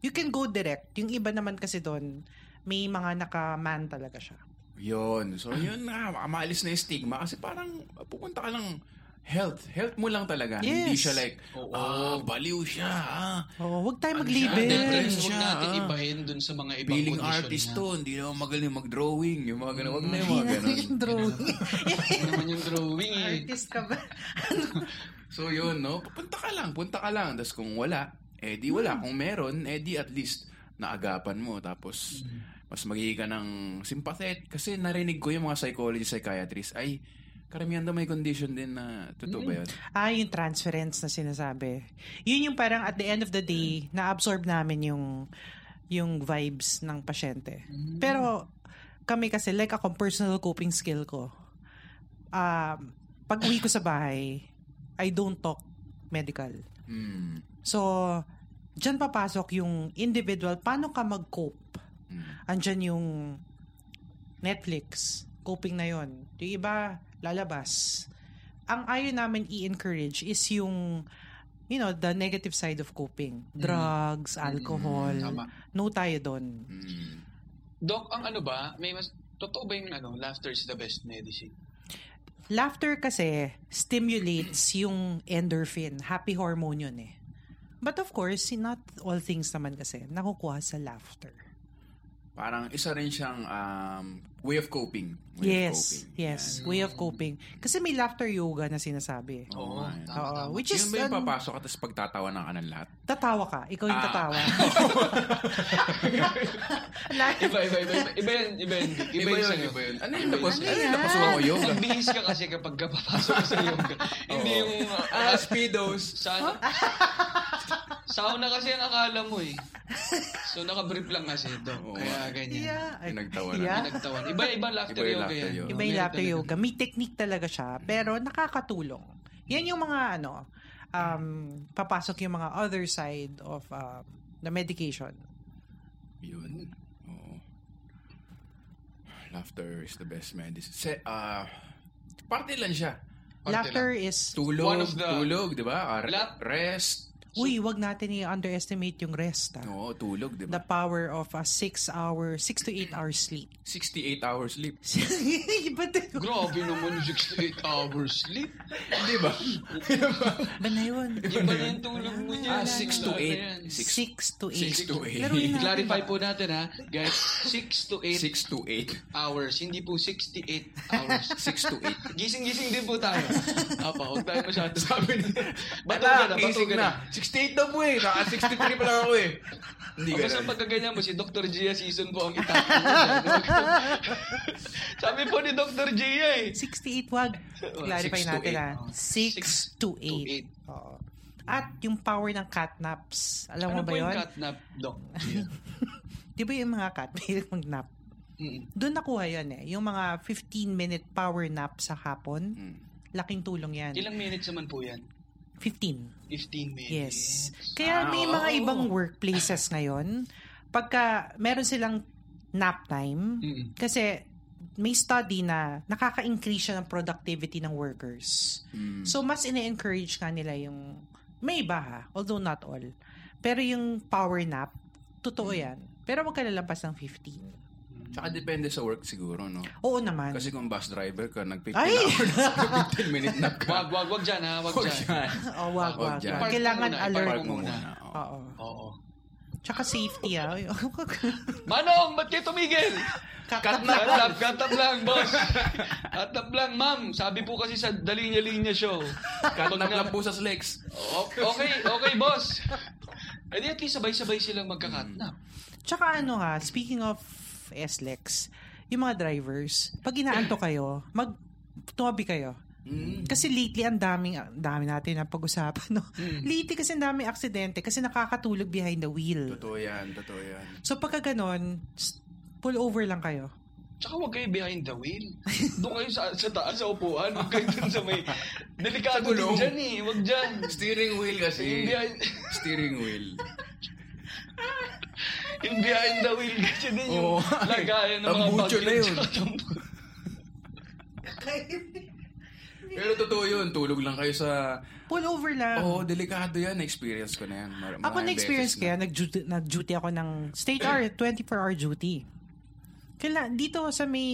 S3: You can go direct. Yung iba naman kasi doon, may mga naka-man talaga siya.
S1: Yun. So, yun na. Maalis na yung stigma. Kasi parang pupunta ka lang health. Health mo lang talaga.
S3: Yes.
S1: Hindi siya like, ah, baliw siya. Ah,
S3: Oh, huwag tayo
S1: Ano siya?
S3: mag-label.
S1: Hindi,
S2: Depress,
S1: Depressed
S2: huwag
S1: siya,
S2: natin
S1: ah.
S2: ibahin dun sa mga ibang
S1: Feeling
S2: condition
S1: artist
S2: niya.
S1: to. Hindi naman magaling mag-drawing. Yung mga ganun. Wag na yung mga ganun.
S3: Yung drawing.
S2: Ano naman yung drawing eh.
S3: Artist ka ba?
S1: So yun, no? Punta ka lang, punta ka lang. Tapos kung wala, eh di
S3: Hmm.
S1: wala. Kung meron, eh di at least naagapan mo. Tapos
S3: Hmm.
S1: mas magiging ka ng sympathetic. Kasi narinig ko yung mga psychologist, psychiatrist, ay karamihan daw may condition din na totoo ba yun?
S3: Ah, yung transference na sinasabi. Yun yung parang at the end of the day, na-absorb namin yung yung vibes ng pasyente. Pero kami kasi, like ako, personal coping skill ko. Um, pag uwi ko sa bahay, I don't talk medical.
S1: Mm.
S3: So, dyan papasok yung individual, paano ka mag-cope? Andyan yung Netflix, coping na yon. Yung iba, lalabas. Ang ayaw namin i-encourage is yung, you know, the negative side of coping. Drugs, alcohol.
S2: Tama.
S3: No tayo doon.
S1: Mm.
S2: Doc, ang ano ba, may mas, totoo ba yung ano, laughter is the best medicine?
S3: Laughter kasi stimulates yung endorphin. Happy hormone yun eh. But of course, not all things naman kasi nakukuha sa laughter.
S1: Parang isa rin siyang um, way of coping. Way
S3: Yes,
S1: Of coping.
S3: yes. Way of coping. Kasi may laughter yoga na sinasabi. eh.
S1: Oo nga, eh.
S2: tama,
S3: Oo,
S2: tama.
S3: which is,
S1: Yun ba yung
S3: an-
S1: papasok at tapos pagtatawa ng kanan lahat?
S3: tatawa ka. Ikaw yung
S1: Ah.
S3: tatawa. Like,
S2: Iba, iba, iba. Iba, iba yun, iba yun. Iba,
S1: Iba yun,
S2: sa'yo.
S1: iba yun. Ano yung tapos?
S3: Ano
S1: Ano yung
S3: yan?
S1: tapos mo yoga?
S2: Ang bihis ka kasi kapag ka papasok ka sa yoga. Hindi
S1: Oo.
S2: yung...
S1: Ah,
S2: ah,
S1: speedos.
S2: sauna. sauna kasi ang akala mo eh. So nakabrief lang kasi ito.
S1: Oo.
S2: Kaya ganyan.
S3: yeah. Ay,
S1: Pinagtawa na.
S3: yeah.
S2: Pinagtawan. Iba, iba laughter
S1: Iba yung
S2: yoga
S1: laughter
S2: yan.
S1: yoga.
S3: Iba yung
S2: Meron
S3: laughter
S2: talaga.
S3: yoga. May technique talaga siya, pero nakakatulong. Yan yung mga ano, um, papasok yung mga other side of um, the medication.
S1: Yun. Oo. Laughter is the best medicine. Se, ah, parte lang siya.
S2: Konti
S3: Laughter is,
S1: Tulog,
S2: One of the-
S1: tulog, di ba? Ah, re-
S2: Laugh-
S1: rest.
S3: uy, wag natin i-underestimate yung rest. ah.
S1: Oo, tulog, di
S3: The
S1: ba?
S3: power of a 6 hour, 6 to 8 hour sleep.
S1: 68 hours sleep.
S3: Ba't
S2: Grabe naman yung 68 hours sleep.
S1: Di ba?
S3: ba na yun?
S2: Iba na yung tulog mo niya.
S1: Ah, six to eight. Six-
S3: 6 to 8.
S1: six to eight.
S2: Clarify
S3: diba?
S2: po natin ha, guys. 6 to 8
S1: 6 to 8.
S2: hours. Hindi po 68 hours.
S1: 6 to 8.
S2: Gising-gising din po tayo. Apa, huwag tayo masyado. Sabi ni... Bato ka
S1: Bata,
S2: na, bato
S1: gising
S2: ka na.
S1: na. 68 na po eh. Naka 63 pa lang ako eh. Hindi
S2: Hindi
S1: ka
S2: Basta
S1: na.
S2: pagkaganyan mo, si Dr. Gia season po ang itapin mo. Sabi po ni Dr. Gia eh.
S3: 6 to 8, wag.
S2: Oh,
S3: Clarify
S1: six to
S3: natin
S1: eight.
S3: ah.
S2: Oh.
S3: 6 to
S2: to eight.
S3: 8. Oo. At yung power ng catnaps. Alam mo
S2: Ano
S3: ba
S2: po yung
S3: yun?
S2: catnap, Doc? Gia?
S3: Di ba yung mga cat, mahilig mag-nap?
S2: Mm.
S3: Doon nakuha yun eh. Yung mga 15-minute power nap sa hapon.
S1: Mm.
S3: Laking tulong yan.
S2: Ilang minutes naman po yan?
S3: 15.
S2: 15 minutes.
S3: Yes. Kaya
S1: Ah,
S3: may mga
S1: oo.
S3: ibang workplaces ngayon, pagka meron silang nap time,
S2: Mm.
S3: kasi may study na nakaka-increase siya ng productivity ng workers.
S1: Mm.
S3: So, mas ine-encourage nga nila yung, may iba ha, although not all. Pero yung power nap, totoo
S1: Hmm.
S3: yan. Pero huwag ka lalapas ng 15.
S1: Tsaka depende sa work siguro, no?
S3: Oo naman.
S1: Kasi kung bus driver ka, nag-15
S3: Ano? Ay!
S1: hours, 15 minute nap ka.
S2: Wag, wag, wag dyan ha, wag
S1: Huwag
S2: dyan.
S1: yan.
S3: oh, wag,
S1: Huwag
S3: wag,
S1: dyan.
S3: wag.
S2: Park
S3: Kailangan
S2: muna, i-park
S3: alert.
S1: eh. Park mo muna. Oo.
S3: Oo.
S2: Oo.
S3: Tsaka safety ah.
S2: Manong, ba't kayo tumigil?
S3: Cut
S2: Katap lang, katap lang, boss. Katap lang, ma'am. Sabi po kasi sa Dalinya-Linya show.
S1: Katap
S2: Pag na-
S1: lang po sa slacks.
S2: O- Okay, okay, boss. Eh di at least sabay-sabay silang magkakatnap.
S3: Tsaka ano ha, speaking of SLEX, yung mga drivers, pag inaanto kayo, mag tumabi kayo.
S1: Mm.
S3: Kasi lately, ang daming, ang dami natin na pag-usapan, no?
S1: Mm.
S3: Lately kasi ang daming aksidente kasi nakakatulog behind the wheel.
S1: Totoo yan, totoo yan.
S3: So pagka ganon, s- pull over lang kayo.
S2: Tsaka huwag kayo behind the wheel. Doon kayo sa, sa taas, sa upuan. Huwag kayo dun sa may... Delikado
S1: Sa gulong.
S2: din dyan eh. Huwag dyan.
S1: Steering wheel
S2: Yung
S1: kasi.
S2: behind,
S1: Steering wheel.
S2: yung behind the wheel kasi din yung
S1: Oo.
S2: lagayan ng mga
S1: Tambucho na yun.
S2: tsaka tambu-
S1: Pero totoo yun, tulog lang kayo sa...
S3: Pull over lang.
S1: Oo, oh, delikado yan. Na-experience ko na yan. Mar-
S3: ako
S1: maraming
S3: na-experience
S1: beses
S3: kaya, nag-duty, nag-duty ako ng state hour, 24-hour duty. Kaila, dito sa may,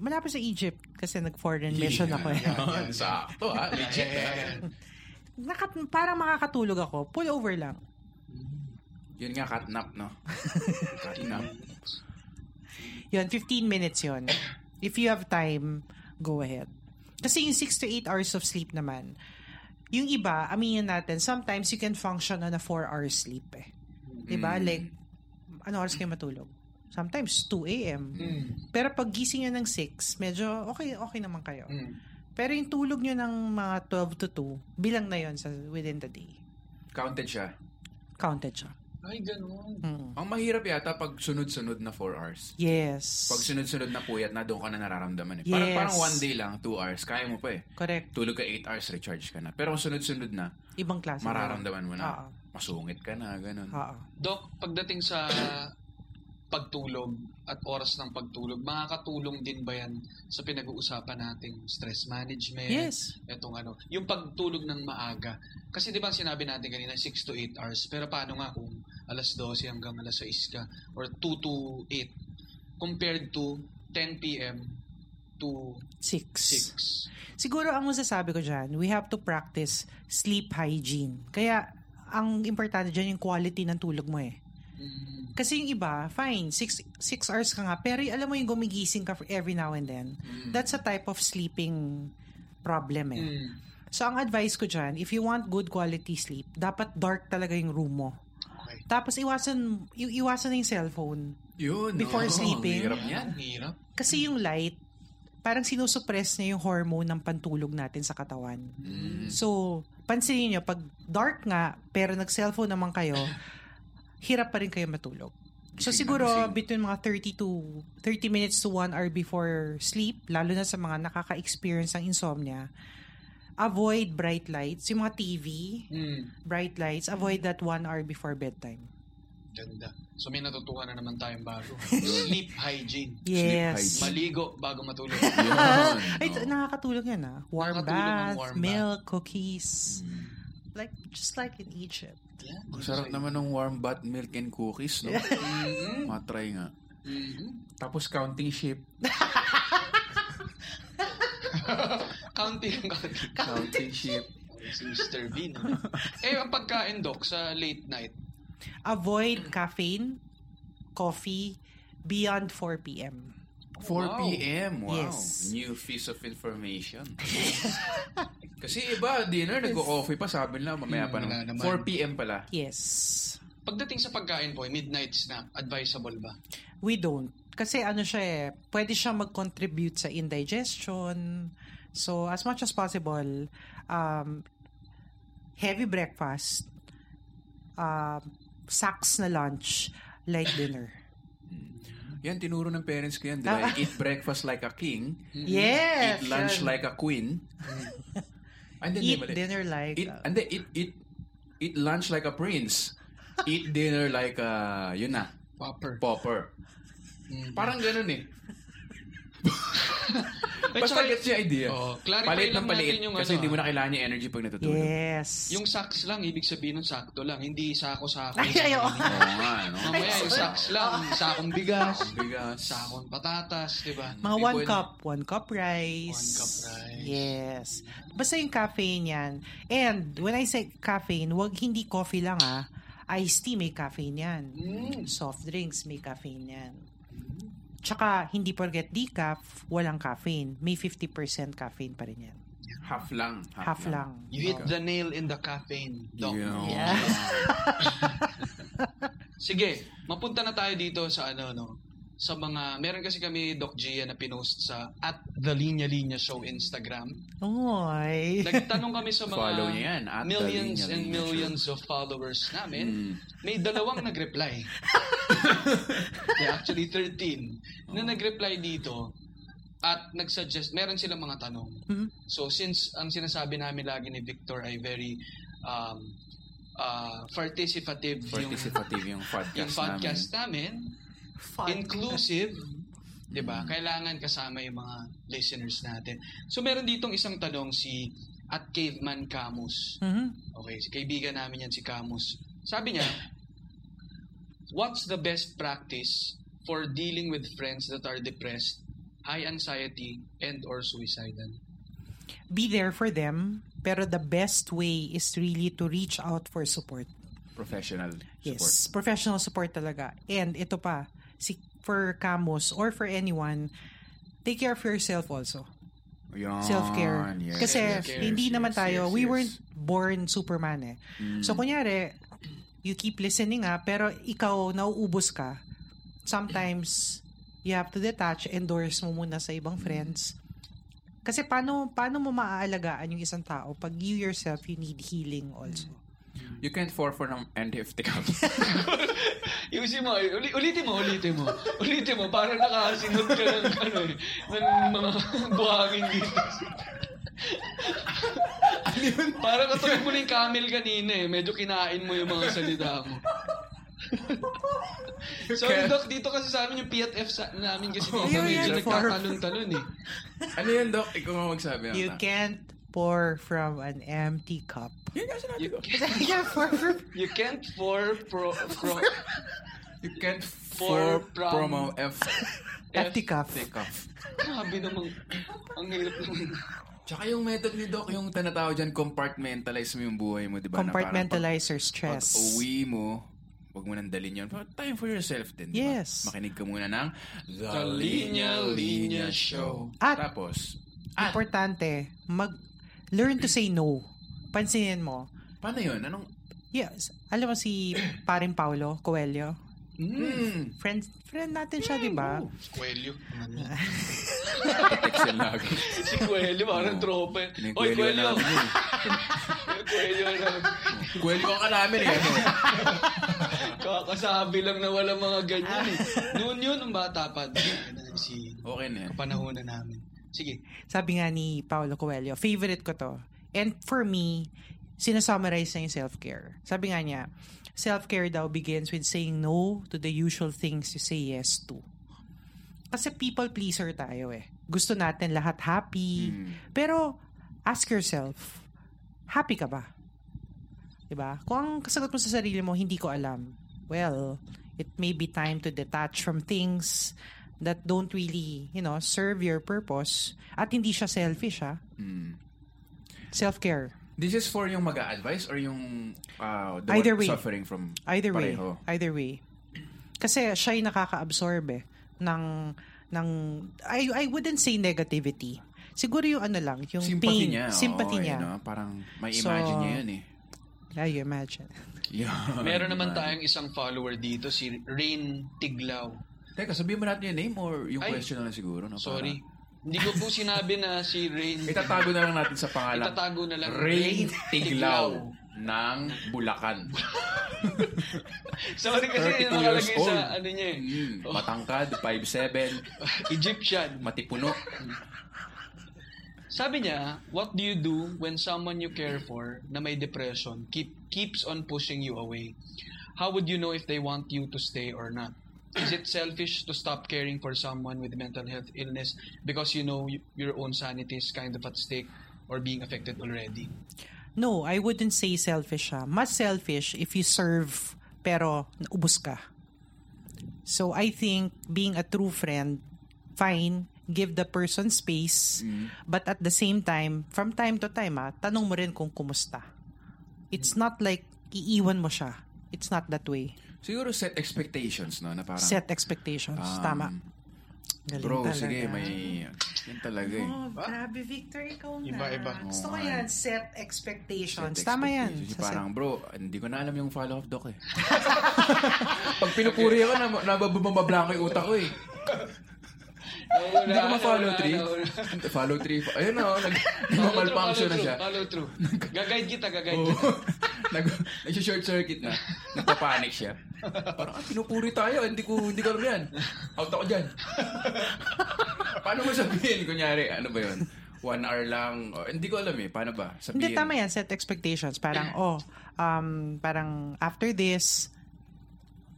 S3: malapit sa Egypt, kasi nag-foreign mission ako. eh.
S1: Yun, Sakto ha, legit ah. ha.
S3: Nakat, parang makakatulog ako, pull over lang.
S1: Yun nga, catnap, no? Catnap.
S3: Yun, 15 minutes yun. If you have time, go ahead. Kasi yung 6 to 8 hours of sleep naman, yung iba, aminin natin, sometimes you can function on a 4-hour sleep eh. Diba? Like, ano oras kayo matulog? Sometimes 2 a.m.
S2: Mm.
S3: Pero pag gising nyo ng 6, medyo okay, okay naman kayo.
S2: Mm.
S3: Pero yung tulog nyo ng mga 12 to 2, bilang na yun sa within the day.
S1: Counted siya.
S3: Counted siya.
S2: Ay, ganun.
S3: Mm.
S1: Ang mahirap yata pag sunod-sunod na 4 hours.
S3: Yes.
S1: Pag sunod-sunod na puyat na, doon ka na nararamdaman eh.
S3: Yes.
S1: Parang, parang one day lang, 2 hours, kaya mo pa eh.
S3: Correct.
S1: Tulog ka 8 hours, recharge ka na. Pero kung sunod-sunod na,
S3: Ibang klase. na.
S1: mararamdaman mo
S2: Ano?
S3: Oo.
S1: na. Masungit ka na, ganun.
S3: Oo.
S2: Doc, pagdating sa pagtulog at oras ng pagtulog, makakatulong din ba yan sa pinag-uusapan nating stress management?
S3: Yes.
S2: Etong ano, yung pagtulog ng maaga. Kasi di ba sinabi natin kanina 6 to 8 hours, pero paano nga kung alas 12 hanggang alas 6 ka or 2 to 8 compared to 10 p.m. to
S3: Six.
S2: 6.
S3: Siguro ang masasabi ko dyan, we have to practice sleep hygiene. Kaya, ang importante dyan yung quality ng tulog mo eh.
S2: Mm.
S3: Kasi yung iba, fine, six, six hours ka nga, pero y- alam mo yung gumigising ka for every now and then, that's a type of sleeping problem eh.
S2: Mm.
S3: So, ang advice ko dyan, if you want good quality sleep, dapat dark talaga yung room mo.
S2: Okay.
S3: Tapos, iwasan, i- iwasan na yung cellphone.
S1: Yun.
S3: Before
S1: oo, Ang
S3: sleeping.
S1: hirap
S2: Yan,
S1: niyan.
S2: ang hirap.
S3: Kasi yung light, parang sinusuppress niya yung hormone ng pantulog natin sa katawan.
S1: Mm.
S3: So, pansinin niyo, pag dark nga, pero nag-cellphone naman kayo, hirap pa rin kayo matulog. So
S1: Gising na
S3: siguro
S1: gising.
S3: between mga 30 to 30 minutes to 1 hour before sleep, lalo na sa mga nakaka-experience ng insomnia, avoid bright lights, yung mga TV,
S2: Mm.
S3: bright lights, avoid that 1 hour before bedtime.
S2: Ganda. So may natutuhan na naman tayong bago. Sleep hygiene.
S3: Yes.
S1: hygiene.
S2: Maligo bago matulog.
S1: Yun.
S3: Ay,
S1: oo.
S3: t- nakakatulog yan ah. Warm
S2: Nakakatulog ang
S3: bath,
S2: warm bath.
S3: milk, cookies. Like, just like in Egypt.
S2: Yeah.
S1: Ang sarap naman ng warm bath milk and cookies, no? Matry nga.
S2: Mhm.
S1: Tapos counting sheep.
S2: Counting ang counting.
S1: Counting sheep.
S2: Si Mr. Bean. ano? eh, ang pagkain, Doc, sa late night.
S3: Avoid caffeine, coffee, beyond 4 p.m.
S1: 4
S2: Wow.
S1: p.m. Wow.
S3: Yes.
S1: New piece of information. Kasi iba, dinner, nag-coffee pa. Sabi nila, mamaya pa
S2: Hmm, wala
S1: naman.
S2: naman.
S1: 4 p.m. pala.
S3: Yes.
S2: Pagdating sa pagkain po, eh, midnight snack, advisable ba?
S3: We don't. Kasi ano siya eh, pwede siya mag-contribute sa indigestion. So, as much as possible, um, heavy breakfast, um, sacks na lunch, light dinner.
S1: Yan, tinuro ng parents ko yan. Di ba?
S3: Ah.
S1: Eat breakfast like a king.
S3: Yes!
S1: eat lunch
S3: yun.
S1: like a queen. And then,
S3: Eat
S1: mali.
S3: dinner like... uh,
S1: Eat, and then, eat, eat, eat lunch like a prince. Eat dinner like a, yun na,
S2: Popper.
S1: pauper.
S2: Mm.
S1: Parang ganun eh.
S2: Eh,
S1: Basta
S2: tsaka-
S1: gets yung idea.
S2: Oo, clarify
S1: Palit
S2: lang
S1: ng paliit.
S2: natin yung
S1: Kasi
S2: ano,
S1: hindi mo
S2: ah.
S1: na kailangan yung energy pag natutulog.
S3: Yes.
S2: Yung sacks lang, ibig sabihin nun sakto lang. Hindi sako-sako.
S3: Ay, ay, oo.
S1: Oo nga, no? uh,
S2: Mamaya yung sacks lang, sakong bigas,
S1: Bigas.
S2: sakong patatas, di ba?
S3: Mga
S1: Hindi
S3: one
S1: pwede.
S3: cup, one cup rice.
S2: One cup rice.
S3: Yes. Basta yung caffeine yan. And when I say caffeine, wag hindi coffee lang ah. Iced tea may caffeine yan.
S2: Mm.
S3: Soft drinks may caffeine yan. Tsaka hindi forget decaf, walang caffeine. May 50% caffeine pa rin yan.
S1: Half lang.
S3: Half lang.
S2: Ah, You hit the nail in the caffeine, Doc.
S1: Yeah.
S3: Yeah.
S2: Sige, mapunta na tayo dito sa ano, no? Sa mga, meron kasi kami, Doc Gia, na pinost sa at the Linya Linya Show Instagram.
S3: Oy.
S2: Nagtanong kami sa mga
S1: Follow niya yan, at the Mm.
S2: millions
S1: Linya
S2: and
S1: Linya
S2: millions of followers namin. May dalawang nagreply. yeah, actually 13
S1: Oh.
S2: na nagreply dito at nagsuggest, meron silang mga tanong. So since ang sinasabi namin lagi ni Victor ay very um, uh, participative,
S1: Participative yung
S2: yung, yung
S1: podcast,
S2: podcast namin inclusive, 'di ba? Kailangan kasama yung mga listeners natin. So meron ditong isang tanong si at Caveman Camus.
S3: Mhm.
S2: Okay, si kaibigan namin yan si Camus. Sabi niya, What's the best practice for dealing with friends that are depressed, high anxiety, and or suicidal?
S3: Be there for them. Pero the best way is really to reach out for support.
S1: namin. Professional
S3: Yes,
S1: support.
S3: professional support talaga. And ito pa, si for Camus or for anyone, take care of yourself also.
S1: Yun,
S3: Self-care.
S1: Ah, yes,
S3: Kasi
S1: yes, yes,
S3: hindi
S1: yes,
S3: naman tayo,
S1: yes,
S3: we
S1: yes. Mm.
S3: weren't born Superman eh. So kunyari, you keep listening ah, pero ikaw nauubos ka. Sometimes you have to detach, endorse mo muna sa
S1: Mm.
S3: ibang friends. Kasi paano paano mo maaalagaan yung isang tao pag you yourself you need healing also.
S1: Mm. You can't forfeit ng NFT ka.
S2: Iusin mo, uli, ulitin mo, ulitin mo. Ulitin mo, parang nakasinod ka ng, ano, eh, ng mga buhangin dito. parang katulad mo na yung camel kanina eh. Medyo kinain mo yung mga salita mo. Sorry, Doc. Dito kasi sa amin yung PFF sa, namin kasi dito.
S3: Yun,
S2: medyo
S3: yun, for-
S2: nagkatalon-talon eh.
S1: ano yun, Doc? Ikaw nga magsabi. ng
S3: You
S1: ta-
S3: can't pour from an empty cup.
S1: Yun nga sinabi
S2: You,
S1: ko.
S3: yeah, pour from
S2: you can't for pro, pro,
S1: You can't
S2: For
S1: for,
S2: prom-
S1: promo F
S3: empty cup.
S1: take off.
S2: Grabe naman. Ang hirap naman.
S1: Tsaka yung method ni Doc, yung tanatao dyan, compartmentalize mo yung buhay mo, di ba? diba? Na parang pag-
S3: Compartmentalize your
S1: Pag
S3: stress.
S1: uwi mo, Huwag mo nang dalhin yun. But time for yourself din. di ba?
S3: Yes.
S1: Makinig ka muna ng The,
S2: Linya Linya Show.
S3: At-
S1: Tapos, at,
S3: Importante, mag learn to say no. Pansinin mo.
S1: paano yun? Anong,
S3: Yes. Alam mo si paring Paolo Coelho?
S1: mm,
S3: Friend, friend natin siya, diba? di ba?
S2: Coelho.
S1: text yan lagi.
S2: si Coelho, parang
S1: Oo.
S2: tropa. eh. Oy,
S1: Pinagkwelyo
S2: Coelho.
S1: namin yun.
S2: Coelho lang.
S1: Hmm. Kwelyo ka namin eh. Ano?
S2: Kakasabi lang na wala mga ganyan eh. Noon yun, nung bata pa. ano Si
S1: Okay na yan.
S2: kapanahonan namin. Sige.
S3: Sabi nga ni Paolo Coelho, favorite ko to. And for me, sinasummarize na yung self-care. Sabi nga niya, self-care daw begins with saying no to the usual things you say yes to. Kasi people pleaser tayo eh. Gusto natin lahat happy. Pero ask yourself, happy ka ba? 'Di ba? Diba? Kung ang kasagot mo sa sarili mo, hindi ko alam. Well, it may be time to detach from things that don't really, you know, serve your purpose. At hindi siya selfish, ha?
S1: Hmm.
S3: Self-care.
S1: This is for yung mag advise or yung uh, the
S3: Either
S1: one
S3: way.
S1: suffering from
S3: Either
S1: pareho?
S3: way. Either way. Kasi siya yung nakaka-absorb eh, ng, ng, I, I wouldn't say negativity. Siguro yung ano lang, yung
S1: Sympathy
S3: pain,
S1: niya.
S3: sympathy
S1: oo,
S3: niya.
S1: yun, no? Parang may
S3: So,
S1: imagine niya yun eh.
S3: Yeah, you imagine.
S1: Yun, Diba?
S2: Meron
S1: di
S2: naman
S1: ba?
S2: tayong isang follower dito, si Rain Tiglaw.
S1: Teka, sabihin mo natin yung name or yung
S2: Ay.
S1: question na lang siguro. No? Para-
S2: Sorry. Hindi ko po sinabi na si Rain.
S1: Itatago na lang natin sa pangalan.
S2: Itatago na lang.
S1: Rain Tiglaw
S2: Tiglaw.
S1: ng Bulacan.
S2: Sorry kasi
S1: 32 years
S2: nakalagay
S1: old.
S2: sa ano niya eh.
S1: Mm, matangkad, 5'7",
S2: Egyptian.
S1: matipuno.
S2: Sabi niya, what do you do when someone you care for na may depression keep, keeps on pushing you away? How would you know if they want you to stay or not? Is it selfish to stop caring for someone with mental health illness because you know y- your own sanity is kind of at stake or being affected already?
S3: No, I wouldn't say selfish siya. Mas selfish if you serve pero ubus ka. So I think being a true friend, fine, give the person space,
S1: Mm-hmm.
S3: but at the same time, from time to time, ah, tanong mo rin kung kumusta. It's not like iiwan mo siya. It's not that way.
S1: Siguro set expectations, no? Na parang,
S3: Set expectations.
S1: um,
S3: Tama. Galing
S1: Bro,
S3: talaga.
S1: sige, may... Yan talaga eh.
S3: Oh, grabe, Victor, ikaw na.
S2: Iba-iba.
S3: Gusto ko
S1: Oo nga.
S3: yan, set expectations.
S1: Set
S3: Tama yan.
S1: expectations.
S3: Sa
S1: Yung
S3: set-
S1: Parang, bro, hindi ko na alam yung follow-up doc eh. Pag pinupuri ako, nab- nabababablanko yung utak ko eh. Hindi ko ma-follow three. Follow three. fa- Ayun na, oh, nag- malfunction na siya.
S2: Follow through. Gagayad kita, gagayad
S1: Oo.
S2: kita.
S1: Nag, nag-short circuit na. Nagpapanik siya. Parang, ah, pinupuri tayo. Hindi ko, hindi ko alam yan. Out ako dyan. Paano mo sabihin? Kunyari, ano ba yun? One hour lang. O, hindi ko alam eh. Paano ba? Sabihin.
S3: Hindi, tama yan. Set expectations. Parang, oh, um, parang after this,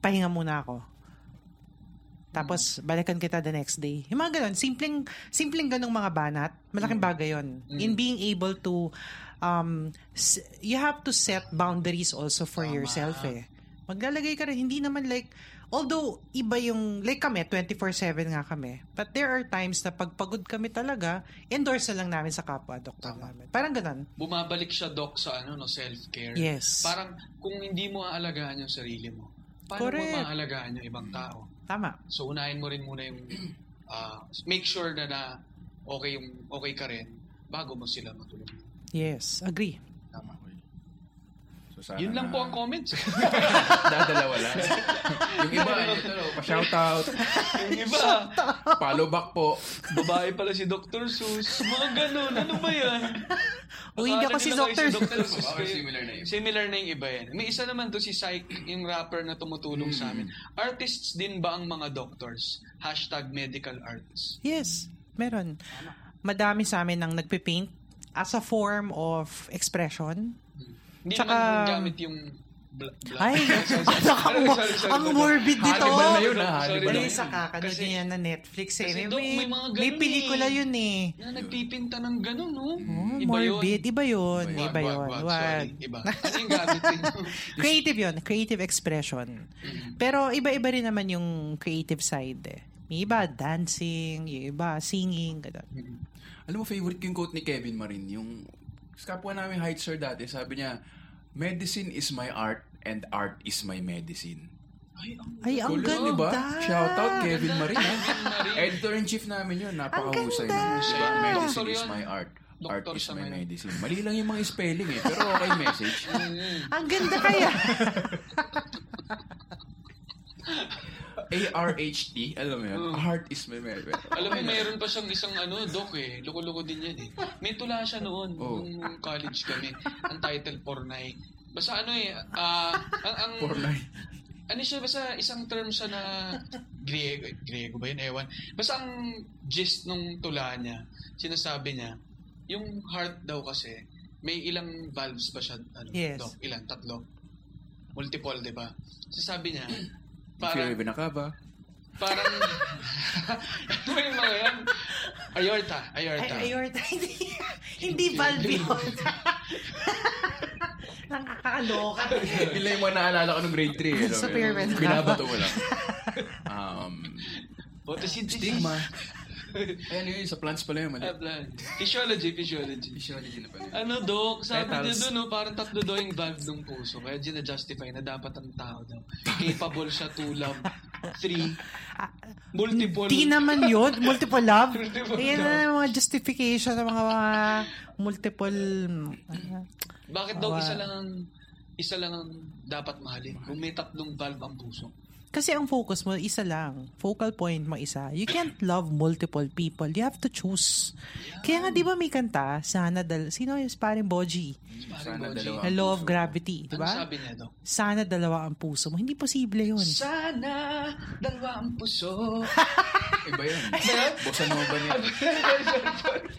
S3: pahinga muna ako. Tapos, balikan kita the next day. Yung mga ganun, simpleng, simpleng ganung mga banat, malaking bagay yon In being able to, um, s- you have to set boundaries also for yourself eh. Maglalagay ka rin, hindi naman like, although iba yung, like kami, 24-7 nga kami, but there are times na pagpagod kami talaga, endorse na lang namin sa kapwa, doktor namin. Parang ganun.
S2: bumabalik siya doc sa ano no self-care.
S3: Yes.
S2: Parang kung hindi mo aalagaan yung sarili mo, paano
S3: Correct.
S2: mo maaalagaan yung ibang tao?
S3: Tama.
S2: So unahin mo rin muna yung ah, make sure na na okay yung okay ka rin bago mo sila matulungan.
S3: Yes, agree.
S2: Tama.
S1: So, sana
S2: Yun lang
S1: na-
S2: po ang comments.
S1: Dadalawa lang. yung iba, ito, pa-shout out.
S2: yung iba,
S1: Follow back po.
S2: babae pala si Dr. Seuss. Mga ganun. Ano ba yan?
S3: O, hindi
S2: Akala
S3: ako si
S2: nila kayo
S3: Dr. Seuss.
S2: Seuss.
S1: Okay, similar na yun.
S2: Similar na yung iba yan. May isa naman to si Psych, yung rapper na tumutulong sa
S1: Hmm.
S2: amin. Artists din ba ang mga doctors? Hashtag medical artists.
S3: Yes, meron. Madami sa amin ang nagpipaint as a form of expression.
S2: Hindi
S3: Tsaka-
S2: naman gamit yung bla- black.
S3: Ay,
S2: Sorry, sorry,
S3: ang,
S2: sorry,
S3: mo-
S2: sorry, sorry,
S3: ang
S2: sorry.
S3: morbid nito.
S1: Hannibal na yun, ha?
S2: Sorry,
S1: Hannibal
S3: Wala
S1: na
S3: yung
S1: yun.
S3: sakaka
S2: Kasi-
S3: yan na Netflix eh.
S2: kasi,
S3: May,
S2: Doc,
S3: may,
S2: may mga
S3: may
S2: ganun
S3: pelikula
S2: eh.
S3: yun eh.
S2: Na nagpipinta ng ganun, no?
S3: Oh, morbid. Iba yun.
S1: Iba
S3: Iba yun.
S2: Wag, wag,
S3: Wag.
S2: sorry. Iba. Ano yung gamit ninyo?
S3: Creative yun. Creative expression.
S2: Mm.
S3: Pero iba-iba rin naman yung creative side eh. May iba dancing, yung iba singing, gano'n.
S1: Alam mo, favorite ko yung quote ni Kevin Marin, yung sa kapwa namin height sir dati, sabi niya, medicine is my art and art is my medicine.
S2: Ay, ang
S3: Ay, ang
S1: Kulo,
S3: ganda.
S1: di ba? Shout out Kevin
S2: Ganda,
S1: Marin. ah.
S2: Kevin Marin.
S1: Editor-in-chief namin yun. Napakahusay
S3: ganda.
S1: naman. Di ba?
S2: Doktor
S1: Medicine is
S2: yun.
S1: my art. Art
S2: Doktor
S1: is
S2: siya
S1: my
S2: ngayon.
S1: medicine. Mali lang yung mga spelling eh. Pero okay message.
S2: mm.
S3: Ang ganda kaya.
S1: A-R-H-T. Alam mo
S2: Mm.
S1: yun? Art is my medicine.
S2: Alam mo, meron pa siyang isang ano, doc eh. Loko-loko din yan eh. May tula siya noon,
S1: Oh.
S2: nung college kami. Ang title, Pornay. Basta ano eh, ah, ang, ang,
S1: For life.
S2: ano siya, basta isang term siya na Griego, eh, Griego ba yun? Ewan. Basta ang gist nung tula niya, sinasabi niya, yung heart daw kasi, may ilang valves ba siya? Ano,
S3: Yes.
S2: Doc? Ilan? Tatlo? Multiple, di ba? Sasabi niya,
S1: If you're
S2: parang,
S1: even a kaba.
S2: parang, ano yung mga yan? Aorta, aorta.
S3: Ay, aorta. Hindi, hindi valve yun. Nakakaloka.
S1: Yun lang yung mga naalala ko nung grade 3. Eh,
S3: Sa pyramid.
S1: Binabato mo lang. Um,
S2: Photosynthesis.
S1: stigma. Ayan yun, sa plants pala yun. Mali.
S2: Ah, plan. Physiology, physiology.
S1: Physiology na pala. yun.
S2: Ano, Doc? Sabi niya
S1: Petals.
S2: doon, no, parang tatlo daw yung valve ng puso. Kaya dinajustify na dapat ang tao daw. Capable siya to love. Three. Multiple.
S3: Ah, Di naman yun. Multiple love.
S2: Multiple
S3: Ayan
S2: love.
S3: na yung mga justification ng mga, mga multiple... ah,
S2: Bakit daw
S3: Awa.
S2: isa lang ang isa lang ang dapat mahalin. Kung may tatlong valve ang puso.
S3: Kasi ang focus mo, isa lang. Focal point mo, isa. You can't love multiple people. You have to choose. Kaya nga, di ba may kanta? Sana dal... Sino yung Sparing Boji?
S1: Sana
S2: Boji.
S1: dalawa.
S3: The Law of Gravity. Di
S2: Ano
S3: ba?
S2: sabi niya, Doc?
S3: Sana dalawa ang puso mo. Hindi posible yun.
S2: Sana dalawa ang puso.
S1: Iba yun. Buksan mo ba niya?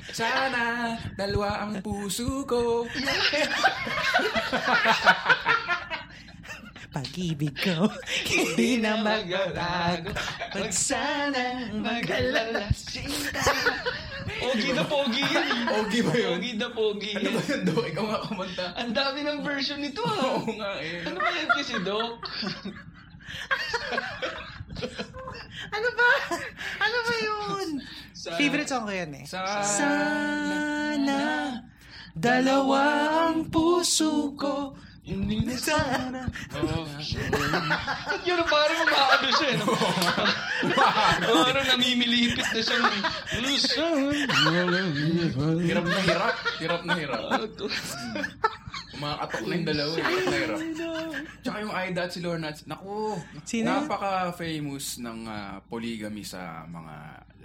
S1: Sana dalawa ang puso ko.
S3: Pag-ibig ko, hindi na magbabago.
S2: Pag
S3: Pag sana mag-alala.
S2: sinta. Pogi na pogi yun. eh.
S1: Ogi ba yun?
S2: Pogi na pogi
S1: Ano
S2: yun.
S1: ba yun, Dok? Ikaw nga kumanta.
S2: Ang dami ng version nito ah.
S1: Oo nga eh.
S2: Ano ba yan kasi, Doc?
S3: Ano ba? Ano ba yun?
S2: Sa-
S3: Favorite song ko yun eh.
S1: Sana-
S3: Sana dalawa ang puso ko.
S2: Hindi na
S3: Sana.
S2: Oh, Yun, parang umaano siya, eh, no? parang namimilipit na siyang, "Mm, sana."
S1: Hirap na hirap. Hirap na hirap. Kumakatok na yung dalawa. eh. Hirap na hirap. Tsaka yung Aida at si Lorna. at- Naku,
S3: Sino?
S1: napaka-famous ng ah, polygamy sa mga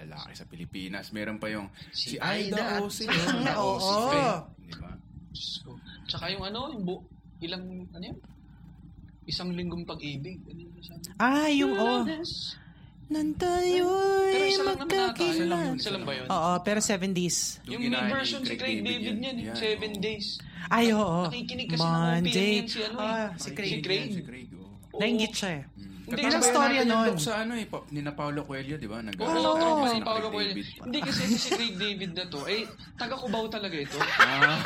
S1: lalaki sa Pilipinas. Meron pa yung si,
S2: Si
S1: Aida
S2: Aida
S1: o
S2: at-
S1: si Lorna o si
S3: Oo.
S1: Faye. Di ba?
S2: Diyos ko. Tsaka yung ano, yung bu- ilang, ano yun? Isang linggong pag-ibig. Ano yun sabi?
S3: Ah, yung oh.
S2: Lourdes.
S3: Nang
S2: Pero
S3: tayo'y
S2: isa lang naman nata. Isa lang,
S3: magkakilala.
S2: yun. isa lang ba yun?
S3: Oo, pero
S1: Yung
S3: 70s.
S2: yung may
S1: ginawa ni
S2: version si
S1: Craig
S2: Craig
S1: David
S2: David
S1: yan.
S2: niyan, yung
S1: Yan, oh.
S2: 7
S1: oo.
S2: days.
S3: Ay, oo.
S2: Nakikinig kasi ng
S3: Monday.
S2: opinion si ano eh.
S3: Ah, si Craig.
S2: Si Craig.
S1: Si Craig, oh. oo.
S2: Oo.
S3: Nainggit siya eh.
S2: Hindi,
S1: Katambay
S3: Ilang storya
S1: natin yung
S3: nun?
S1: doc Sa ano eh, pa- ni na Paolo Coelho, di ba? Nag-
S2: Oo,
S1: tayo
S2: oo,
S1: kasi
S2: ano, si
S1: ng
S2: Paolo
S1: Craig
S2: Coelho.
S1: David.
S2: Hindi kasi si Craig David na to, eh, taga Cubao talaga ito.
S1: Ah,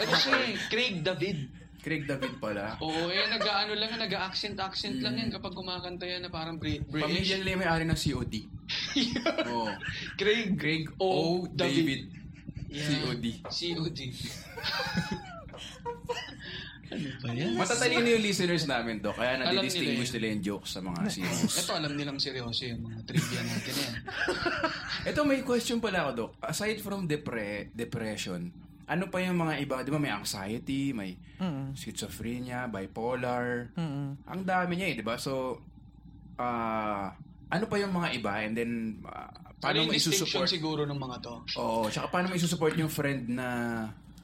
S2: Ano siya eh, Craig David.
S1: Craig David pala.
S2: Oo, eh, nag-ano lang, nag-accent-accent
S1: Hmm.
S2: lang yan kapag kumakanta yan na parang Brit-
S1: Pamilya
S2: British.
S1: nila yung may-ari ng COD. Oo.
S2: Craig.
S1: Oh, Craig O. David.
S2: Yeah.
S1: COD.
S2: COD. ano ba yan?
S1: Matatalino yung listeners namin, Doc. Kaya
S2: Alam
S1: nadidistinguish
S2: nila
S1: nila yung jokes sa mga series.
S2: Ito, alam nilang seryoso yung mga trivia natin eh. yan.
S1: Ito, may question pala ako, Doc. Aside from depre depression, ano pa yung mga iba? Di ba may anxiety, may schizophrenia, bipolar. Ang dami niya eh, di ba? So, ah, ano pa yung mga iba? And then, ah,
S2: Ano
S1: paano
S2: yung
S1: mo
S2: distinction
S1: isusupport?
S2: siguro ng mga to?
S1: Oo, tsaka paano mo isusupport yung friend na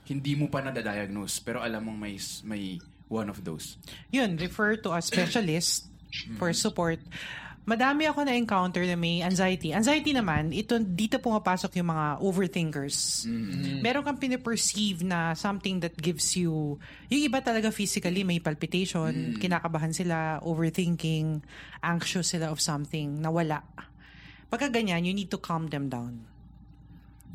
S1: hindi mo pa nadadiagnose pero alam mong may may one of those.
S3: yun, refer to a specialist for support. Madami ako na-encounter na may anxiety. Anxiety naman, ito, dito pumapasok yung mga overthinkers. Meron kang piniperceive na something that gives you, yung iba talaga physically may palpitation, kinakabahan sila, overthinking, anxious sila of something, nawala. Pagka ganyan, you need to calm them down.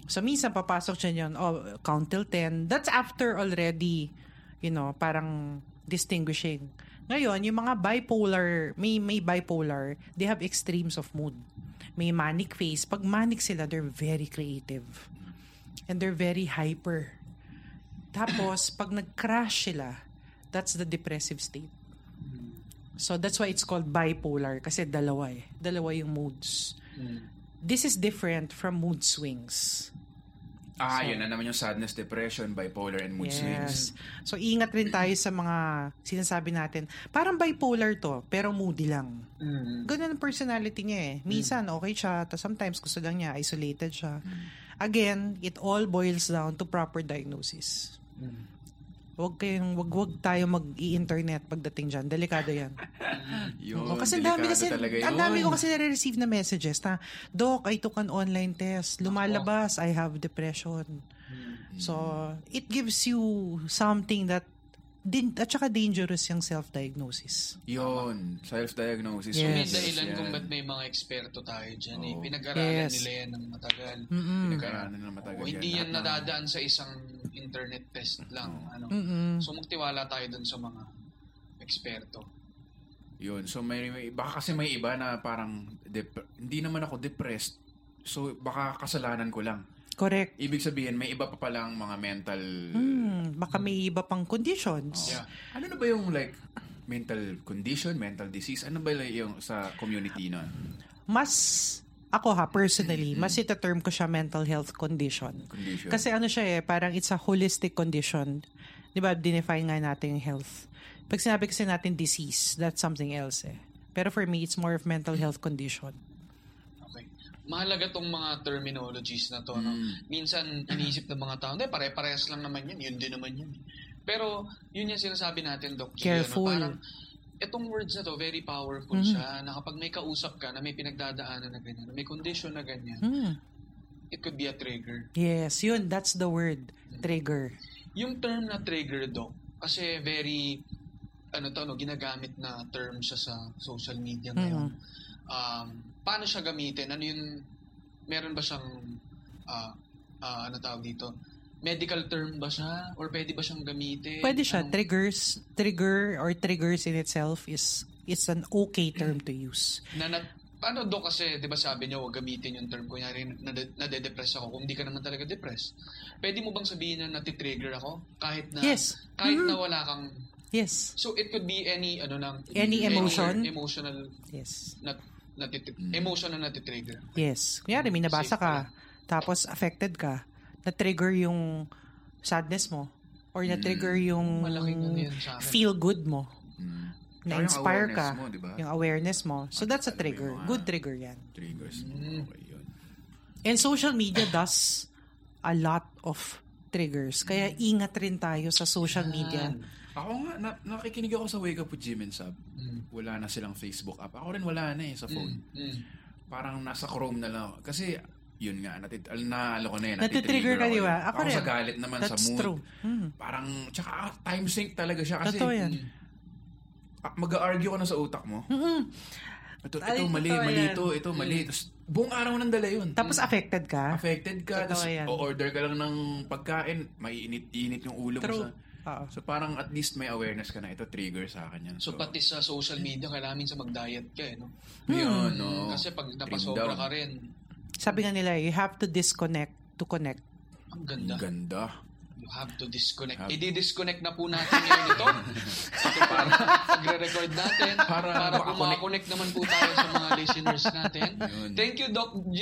S3: So, minsan papasok siya yun, oh, count till 10. That's after already, you know, parang distinguishing. Ngayon, yung mga bipolar, may, may bipolar, they have extremes of mood. May manic phase. Pag manic sila, they're very creative. And they're very hyper. Tapos, pag nag-crash sila, that's the depressive state. So that's why it's called bipolar kasi dalawa eh. Dalawa yung moods. This is different from mood swings.
S1: Ah, yun na naman yung sadness, depression, bipolar, and mood swings.
S3: yes. So ingat rin tayo sa mga sinasabi natin. Parang bipolar to, pero moody lang.
S1: Hmm.
S3: Ganun ang personality niya eh. Minsan okay siya, tapos sometimes gusto lang niya, isolated siya. Again, it all boils down to proper diagnosis. Huwag kayong, wag, wag tayo mag-i-internet pagdating dyan. Delikado yan.
S1: Yun,
S3: Oh, kasi ang dami
S1: delikado
S3: kasi,
S1: talaga
S3: ang
S1: yun.
S3: dami ko kasi nare-receive na messages na, Doc, I took an online test. Lumalabas, I have depression.
S1: Hmm.
S3: So, it gives you something that, din, at saka dangerous yung self-diagnosis.
S1: Yun, self-diagnosis.
S3: Yes.
S2: May
S3: Yes,
S2: dahilan
S1: yan.
S2: kung ba't may mga eksperto tayo dyan. Eh.
S1: Oo.
S2: Pinag-aralan
S3: Yes.
S2: nila yan ng matagal.
S3: Hmm.
S1: Pinag-aralan ng matagal
S2: Oo,
S1: yan.
S2: hindi
S1: Lahat
S2: yan
S1: ng-
S2: nadadaan sa isang internet test lang. Ano.
S3: Mm.
S2: So magtiwala tayo dun sa mga eksperto.
S1: Yun. So may, may baka kasi may iba na parang dep- hindi naman ako depressed. So baka kasalanan ko lang.
S3: Correct.
S1: Ibig sabihin may iba pa palang mga mental
S3: Hmm, baka may iba pang conditions.
S2: Yeah.
S1: Ano na ba yung like mental condition, mental disease? Ano ba yung sa community na?
S3: Mas, ako ha, personally, mas itaterm ko siya mental health condition.
S1: Condition.
S3: Kasi ano siya eh, parang it's a holistic condition. Di ba, define nga natin yung health. Pag sinabi kasi natin disease, that's something else eh. Pero for me, it's more of mental health condition.
S2: Okay. Mahalaga tong mga terminologies na to. No?
S1: Mm.
S2: Minsan, iniisip ng mga tao, hindi, pare-parehas lang naman yan. Yun din naman yun. Pero, yun yung sinasabi natin, Doc. G,
S3: Careful. Mm-hmm.
S2: Ano, parang, itong words na to, very powerful siya. Na kapag may kausap ka, na may pinagdadaanan na ganyan, na may condition na ganyan,
S3: Mm-hmm.
S2: it could be a trigger.
S3: Yes, yun, that's the word, trigger.
S2: Yung term na trigger daw, kasi very, ano to, ano, ginagamit na term siya sa social media ngayon.
S3: Mm-hmm.
S2: Um, paano siya gamitin? Ano yung, meron ba siyang, ah, ah, ano tawag dito? Medical term ba siya? Or pwede ba siyang gamitin?
S3: Pwede
S2: Eh,
S3: siya,
S2: Anong-
S3: triggers, trigger or triggers in itself is it's an okay term to use.
S2: na, na- paano do kasi, di ba sabi niyo, huwag gamitin yung term. Kunyari, nade- nade-depress ako. Kung di ka naman talaga depressed. Pwede mo bang sabihin na natitrigger ako? Kahit na,
S3: Yes. Mm-hmm.
S2: kahit na wala kang
S3: Yes,
S2: So it could be any ano lang
S3: Any emotion?
S2: emotional
S3: yes.
S2: na natitri-
S1: Mm.
S2: emotion na natitrigger.
S3: Yes. Kunyari,
S1: Mm-hmm.
S3: may nabasa ka, tapos affected ka, na-trigger yung sadness mo, or na-trigger yung
S2: Malaking ano yan sa akin.
S3: feel good mo,
S1: Mm. Tsaka yung
S3: na-inspire
S1: awareness
S3: ka,
S1: mo, di ba?
S3: yung awareness mo. So that's
S1: Alam mo ah.
S3: a
S1: yung
S3: trigger.
S1: mga-
S3: Good trigger yan.
S1: Triggers mo.
S2: Hmm.
S1: Okay, yun.
S3: And social media does a lot of triggers.
S1: Mm.
S3: Kaya ingat rin tayo sa social media.
S1: Ako nga, na, nakikinig ako sa Wake Up with Jim and Sab. Wala na silang Facebook app. Ako rin wala na eh sa phone.
S2: Mm.
S1: Parang nasa Chrome na lang. ako. Kasi, yun nga, natit, al, naalo ko na yun.
S3: Natitrigger ka,
S1: ako
S3: di ba?
S1: eh.
S3: Ako
S1: Ako,
S3: rin.
S1: sa galit naman sa
S3: That's
S1: mood.
S3: true. Mhm.
S1: Parang, tsaka ah, time sync talaga siya. Kasi,
S3: Totoo yan.
S1: ah, mag-argue ka na sa utak mo. Ito,
S3: Mm-hmm. Ay,
S1: ito, mali,
S3: totoo
S1: mali
S3: yan. Mm.
S1: ito, ito, mali. Tapos, buong araw nang dala yun. Mm.
S3: Tapos affected ka.
S1: Affected ka,
S3: Totoo
S1: tapos
S3: yan.
S1: o-order ka lang ng pagkain, maiinit-init yung ulo
S3: True.
S1: mo. Sa,
S3: Oo.
S1: So parang at least may awareness ka na ito trigger sa akin yan.
S2: So pati sa social media kailangan minsan mag-diet ka eh, no?
S3: Hmm.
S1: yun, no.
S2: Kasi pag napasobra
S1: down.
S2: ka rin,
S3: Sabi nga nila, you have to disconnect to connect.
S2: ang
S1: Ang
S2: ganda.
S1: ganda.
S2: You have to disconnect.
S1: Have-
S2: I-disconnect na po natin ngayon ito. ito para pagre-record natin. Para,
S1: Para
S2: para
S1: makakonect.
S2: kumakonect naman po tayo sa mga listeners natin.
S1: Yun.
S2: Thank you, Doc G.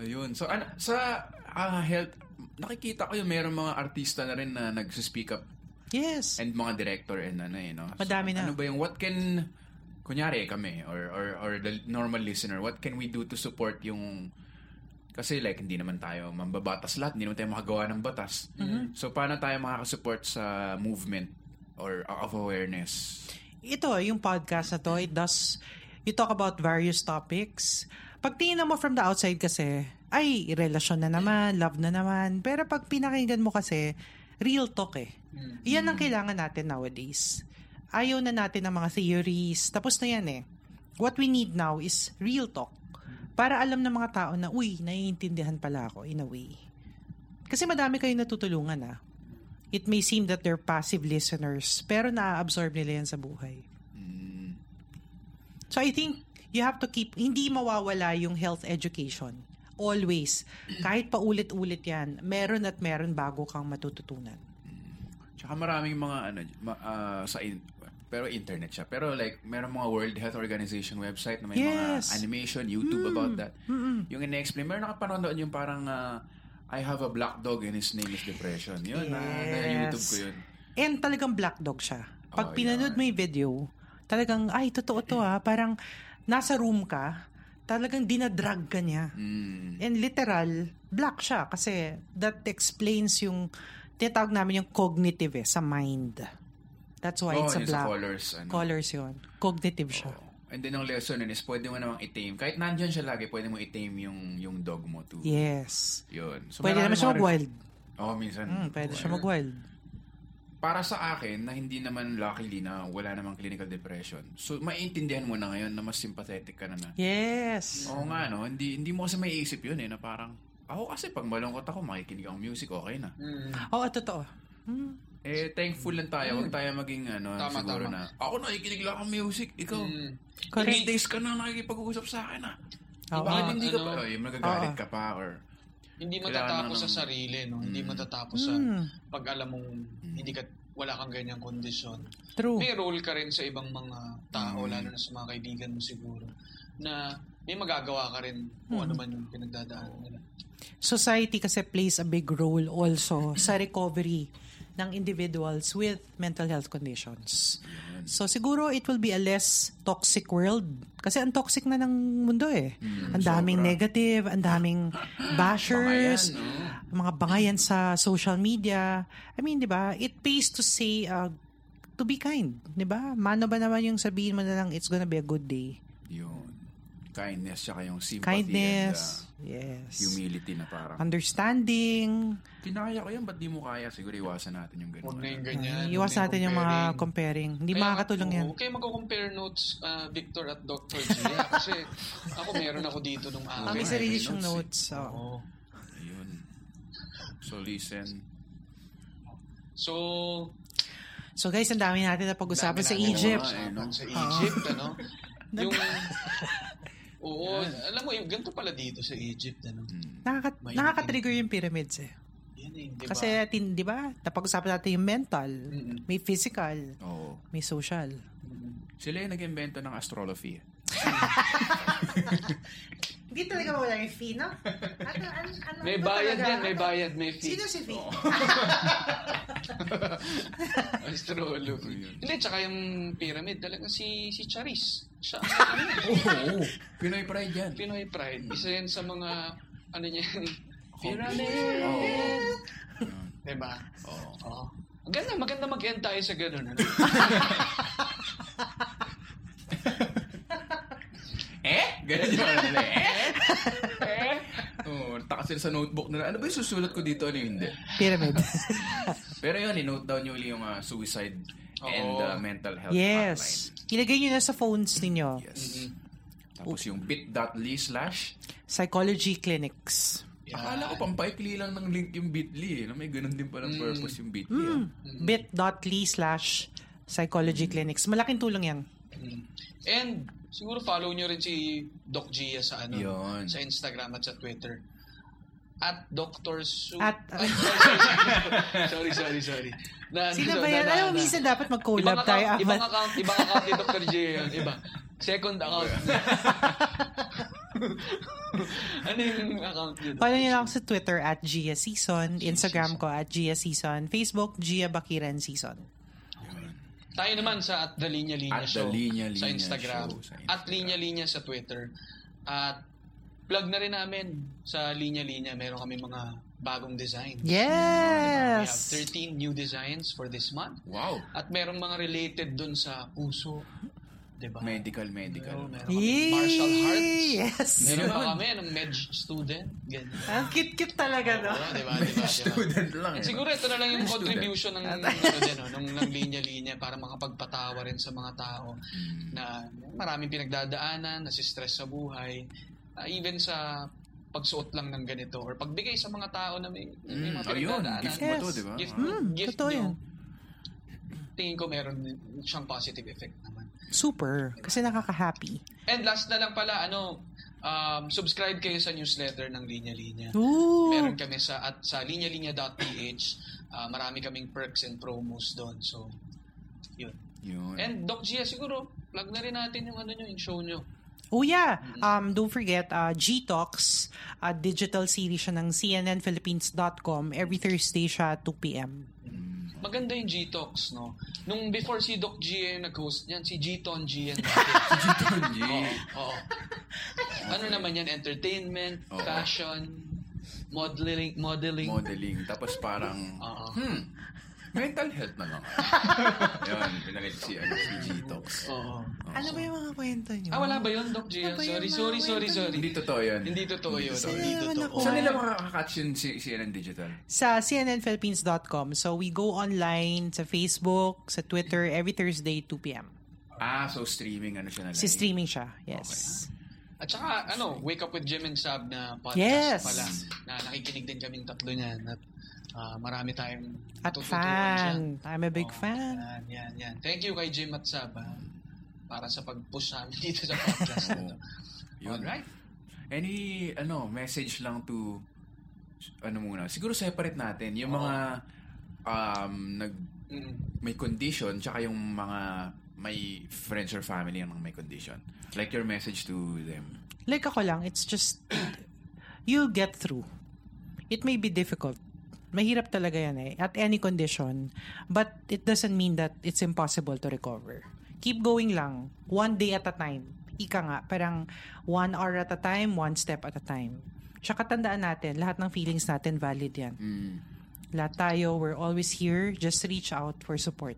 S1: Ayun. So ano, sa ah, health, nakikita ko yung meron mga artista na rin na nag-speak up
S3: Yes.
S1: and mga director and ano eh, no? So,
S3: Madami na.
S1: Ano ba yung, what can, kunyari kami or, or, or the normal listener, what can we do to support yung, kasi like hindi naman tayo mambabatas lahat, hindi naman tayo makagawa ng batas.
S3: Mm-hmm.
S1: So paano tayo makakasupport sa movement or ah, of awareness?
S3: ito, yung podcast na to, it does, you talk about various topics. Pag tingnan mo from the outside kasi, ay, relasyon na naman, love na naman. Pero pag pinakinggan mo kasi, real talk eh. Iyan ang kailangan natin nowadays. Ayaw na natin ng mga theories. Tapos na yan eh. What we need now is real talk. Para alam ng mga tao na, uy, naiintindihan pala ako in a way. Kasi madami kayong natutulungan ah. It may seem that they're passive listeners, pero na-absorb nila yan sa buhay. So I think you have to keep, hindi mawawala yung health education. Always. Kahit pa ulit-ulit yan, meron at meron bago kang matututunan.
S1: Tsaka maraming mga ano ma- ah, sa in- pero internet siya. Pero like, meron mga World Health Organization website na may
S3: Yes. Mm.
S1: mga animation, YouTube about that. Yung in-explain, meron nakapanood doon yung parang ah, I have a black dog and his name is depression. Yun, na, na YouTube ko yun.
S3: And talagang black dog siya.
S1: Oh,
S3: Pag pinanood
S1: yan.
S3: mo yung video, talagang, ay, totoo to ha. Parang nasa room ka, talagang dinadrag ka niya.
S1: Mm.
S3: And literal, black siya. Kasi that explains yung, tinatawag namin yung cognitive eh, sa mind. That's why
S1: Oh,
S3: it's a
S1: yun sa
S3: black.
S1: colors. Ano. Oh.
S3: Colors yun. Cognitive siya.
S1: Oo. And then ang lesson nun is pwede mo namang i-tame. Kahit nandyan siya lagi, pwede mo i-tame yung, yung dog mo too.
S3: Yes.
S1: Yun. So,
S3: pwede
S1: marami
S3: naman siya
S1: mga-
S3: mag-wild.
S1: Oo, minsan.
S3: Mm, pwede siya
S1: Wild.
S3: mag-wild.
S1: para sa akin na hindi naman luckily na wala namang clinical depression. So maiintindihan mo na ngayon na mas sympathetic ka na na.
S3: Yes.
S1: Oo nga no, hindi hindi mo kasi maiisip 'yun eh na parang ako kasi pag malungkot ako makikinig ako ng music okay na.
S2: Mm.
S3: Oo, totoo. Mm.
S1: Eh thankful lang tayo, huwag tayo maging ano
S2: Tama,
S1: siguro
S2: tama.
S1: na ako nakikinig lang ako ng music, ikaw.
S2: Mm.
S1: Correct.
S3: Correct.
S1: days ka na nakikipag-usap sa akin ah.
S3: Oo. Ah.
S1: Bakit hindi ka
S2: ano?
S1: pa? Oh, yung magagalit
S3: Oo.
S1: ka pa or
S2: Hindi
S1: Kailangan
S2: matatapos
S1: ng-
S2: sa sarili, no? Hindi
S1: Mm.
S2: matatapos sa
S3: Mm,
S2: pag alam mong hindi ka wala kang ganyang kondisyon.
S3: true.
S2: May role ka rin sa ibang mga tao,
S1: Mm.
S2: lalo na sa mga kaibigan mo siguro, na may magagawa ka rin kung
S3: Mm.
S2: ano man yung pinagdadaanan nila.
S3: Society kasi plays a big role also sa recovery ng individuals with mental health conditions.
S1: Yun.
S3: So siguro it will be a less toxic world kasi ang toxic na ng mundo eh. ang daming
S1: Hmm, sobra.
S3: negative, ang daming bashers,
S1: Bangayan,
S3: mga bangayan sa social media. I mean, 'di ba? It pays to say uh, to be kind, 'di ba? Mano ba naman yung sabihin mo na lang it's gonna be a good day.
S1: yun. Kindness siya yung sympathy and
S3: Kindness.
S1: uh,
S3: yes.
S1: humility na parang.
S3: understanding.
S1: Kinaya ko yan, ba't di mo kaya? Siguro iwasan natin yung ganun.
S2: Huwag na yung ganyan. huwag na
S3: Iwas Mm. Hmm, natin yung mga comparing. Hindi
S2: Kaya-
S3: makakatulong yan.
S2: Oo, Kaya magko-compare notes, ah, Victor at Dr. Gia. kasi ako meron ako dito nung akin.
S3: Ah, may
S1: Okay.
S3: sarili
S1: May
S3: siyang
S1: notes
S3: notes. oo.
S2: eh, Oo.
S1: Ayun. So listen.
S2: So,
S3: So guys, ang dami natin na pag-usapan sa
S2: dami natin
S3: Egypt.
S1: Oo, eh, no?
S2: napag-usapan Sa Egypt, ano? Yung, oo, alam mo, yung ganito pala dito sa Egypt, ano?
S1: Hmm.
S3: Nakaka-
S2: Mainit.
S3: nakaka-trigger yung pyramids eh.
S2: Yan eh, di ba?
S3: Kasi, tin, di ba, napag-usapan natin yung mental,
S2: Mm-mm.
S3: may physical,
S1: Oo.
S3: may social.
S1: Sila yung nag-invento ng astrology.
S3: Hindi talaga wala yung fee, no? Ano, ano, ano,
S2: may bayad yan, may bayad, may fee.
S3: si fee?
S2: Astrology. Hindi, tsaka yung pyramid, talaga si, si Charis. Siya, ano
S1: Oo. Pinoy pride yan.
S2: Pinoy Pride. Isa yan sa mga, ano niya, yan,
S1: Oo.
S2: pyramid.
S1: Yun.
S2: Diba?
S1: Oo.
S2: Oo. Maganda, maganda mag-end tayo sa ganun. Ano?
S1: Eh? Ganun yung ano nila, eh? Eh? Oo, takas sila sa notebook nila. Ano ba yung susulat ko dito? Ano yung hindi?
S3: Pyramid.
S1: Pero yun, i-note down nyo yung ah, suicide and
S2: Oo.
S1: ah, mental health
S3: yes. Ilagay nyo na sa phones ninyo.
S1: hotline. Yes.
S2: Mm-hmm.
S1: Tapos yung bit.ly slash
S3: Psychology clinics.
S2: Yeah.
S1: Akala ko pampaikli lang ng link yung bit.ly. eh, No? May ganun din
S2: Mm.
S1: palang purpose yung bit.ly.
S3: Mm. Hmm.
S1: ah.
S3: bit.ly slash psychology clinics. Malaking tulong yan.
S2: Mm. And siguro follow nyo rin si Doc Gia sa ano,
S1: Yun.
S2: sa Instagram at sa Twitter. At Dr. Su...
S3: At-
S2: Ay, sorry, sorry, sorry, sorry. Na,
S3: Sino
S2: na-
S3: ba yan?
S2: na-
S3: Alam mo,
S2: na-
S3: minsan dapat
S2: Ibang
S3: mag-collab
S2: account,
S3: tayo.
S2: ibang
S3: Ahmad.
S2: account, ibang account ni Dr. J yun. Iba. Second account. ano yung account niyo?
S3: Follow niyo lang ako sa Twitter at Gia Season, Instagram ko at Gia Season, Facebook Gia Bakiran Season.
S1: Yun.
S2: Tayo naman sa at the Linya Linya
S1: At the
S2: Show.
S1: Linya Linya
S2: sa Instagram.
S1: Show sa Instagram.
S2: At Linya Linya sa Twitter. At plug na rin namin sa Linya Linya. Meron kami mga bagong designs. We have
S3: Yes!
S2: 13 new designs for this month.
S1: Wow.
S2: At merong mga related dun sa puso. Diba?
S1: Medical,
S2: Meron,
S1: medical.
S2: meron
S3: Yay!
S2: kaming martial arts.
S3: Yes! Ah,
S2: Meron pa
S1: Yun.
S2: kami ng med student. Ganyan.
S3: Ang cute-cute talaga, no?
S2: Oo, diba, diba, diba?
S1: Student lang. eh.
S2: Siguro ito na lang yung
S1: Med student.
S2: contribution ng ano dyan, oh, ng, ng linya-linya para makapagpatawa rin sa mga tao
S1: Hmm.
S2: na maraming pinagdadaanan, nasistress sa buhay, ah, even sa pagsuot lang ng ganito or pagbigay sa mga tao na may, may
S1: Mm,
S2: mga
S1: ayun,
S2: pinagdadaanan.
S1: gift mo to,
S3: Yes.
S1: di ba?
S2: Gift,
S1: Ah.
S3: Hmm,
S2: gift
S3: totoo
S2: nyo.
S3: yan.
S2: Tingin ko meron siyang positive effect naman.
S3: Super. Kasi nakaka-happy.
S2: And last na lang pala, ano, um, subscribe kayo sa newsletter ng Linya-Linya.
S3: Ooh!
S2: Meron kami sa at sa linyalinya.ph. ah marami kaming perks and promos doon. So, yun.
S1: Yun.
S2: And Doc Gia, siguro, plug na rin natin yung ano nyo, yung show nyo.
S3: Oh yeah, um, don't forget uh, G-Talks, uh, digital series siya ng cnnphilippines.com. Every Thursday siya 2 p.m.
S2: Maganda yung G-Talks, no? Nung before si Doc Gia yung nag-host niyan, si G-Ton Gia.
S1: Yun.
S2: Oo. Ano naman yan? Entertainment,
S1: Oo.
S2: fashion, modeling, modeling.
S1: modeling. Tapos parang,
S2: Oo.
S1: hmm, mental health na lang. Yun, pinalit si, ano, si G-Tox.
S2: Oo.
S3: Ano ba yung mga kwento niyo?
S2: Ah, wala ba yun, Doc Gia?
S3: Ano ba yun,
S2: Sorry,
S3: mga
S2: sorry, sorry,
S3: kwento
S2: sorry.
S1: Hindi totoo yun.
S2: Hindi totoo yun.
S1: totoo
S2: Hindi
S1: yun.
S3: Saan
S2: totoo.
S1: Saan nila makakakatch yun si CNN Digital?
S3: Sa cnnphilippines.com. So we go online sa Facebook, sa Twitter, every Thursday 2 p.m.
S1: Ah, so streaming ano siya na lang.
S3: Si streaming siya, yes.
S2: At saka, ano, Wake Up with Jim and Sab na podcast
S3: Yes.
S2: pala. Na nakikinig din kaming tatlo niyan. At ah, marami tayong
S3: At
S2: natututuan dyan.
S3: fan. I'm a big
S2: Oo,
S3: fan.
S2: Yan, yan, yan. Thank you kay Jim at Sab ah, para sa pag-push namin dito sa podcast. na to.
S1: Yun, right? Any, ano, message lang to, ano muna, siguro separate natin. Yung mga, um, nag,
S2: Mm.
S1: may condition, tsaka yung mga may friends or family ang mga may condition. Like your message to them.
S3: Like ako lang, it's just, you'll get through. It may be difficult. Mahirap talaga yan eh, at any condition. But it doesn't mean that it's impossible to recover. Keep going lang, one day at a time. Ika nga, parang one hour at a time, one step at a time. Tsaka tandaan natin, lahat ng feelings natin valid yan. Lahat tayo, we're always here. Just reach out for support.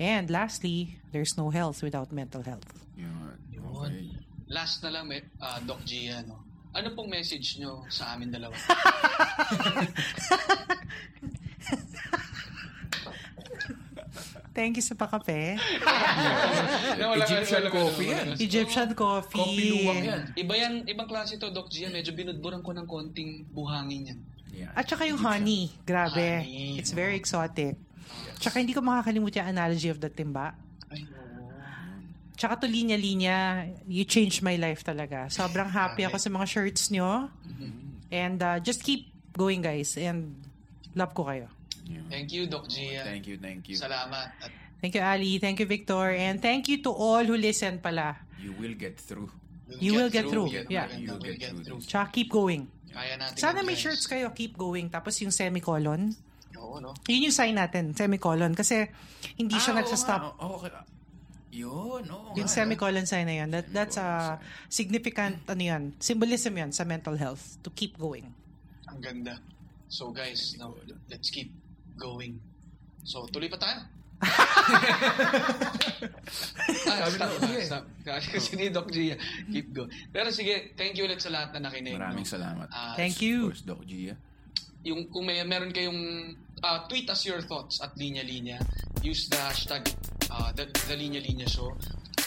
S3: And lastly, there's no health without mental health.
S1: Yun. Okay.
S2: Last na lang, may, ah, Doc G, ano. Ano pong message nyo sa amin dalawa?
S3: Thank you sa pakape.
S2: Na wala-
S1: Egyptian
S2: wala- wala-
S1: coffee
S2: wala-
S1: yan.
S2: wala-
S3: Egyptian coffee.
S1: Coffee luwak yan.
S2: Iba yan, ibang klase to, Doc Gia. Medyo binudburan ko ng konting buhangin yan.
S1: Yeah.
S3: At saka yung honey. Grabe.
S2: Honey.
S3: It's very exotic. Tsaka hindi ko makakalimut yung analogy of the timba.
S2: Ay, oo.
S3: Tsaka to linya-linya, you changed my life talaga. Sobrang happy ako sa mga shirts nyo.
S1: Mm-hmm.
S3: And uh, just keep going guys. And love ko kayo.
S1: Yun.
S2: Thank you, Doc Gia.
S1: Oh, Thank you, thank you.
S2: Salamat. At
S3: Thank you Ali, thank you Victor, and thank you to all who listen pala.
S1: You will get through.
S2: we'll
S3: You will get through.
S2: We'll
S3: Yeah.
S1: You
S2: We'll
S1: will get
S2: get through.
S1: through.
S3: Tsaka keep going.
S2: Kaya natin.
S3: Sana
S2: yan,
S3: may
S2: guys.
S3: shirts kayo, keep going. Tapos yung semicolon,
S2: Oo, no?
S3: yun yung sign natin, semicolon. Kasi hindi siya
S1: Ah, oo
S3: nagsastop.
S1: nga, oo, okay. Yun, oo
S3: Yung
S1: nga.
S3: semicolon sign na yun, that, that's a
S1: Semicolon
S3: significant, ano yun, symbolism yun sa mental health, to keep going.
S2: Ang ganda. So guys, no, let's keep going. So, tuloy pa tayo. ah,
S1: Sabi ni Doc
S2: stop, ah,
S1: Gia eh.
S2: stop. Kasi ni Doc Gia, keep going. Pero sige, thank you ulit sa lahat na nakinig.
S1: Maraming salamat.
S2: Ah,
S3: Thank
S1: Of
S3: you.
S1: course, Doc Gia.
S2: yung kung may meron kayong ah, tweet us your thoughts at linya linya use the hashtag ah, the, the linya linya show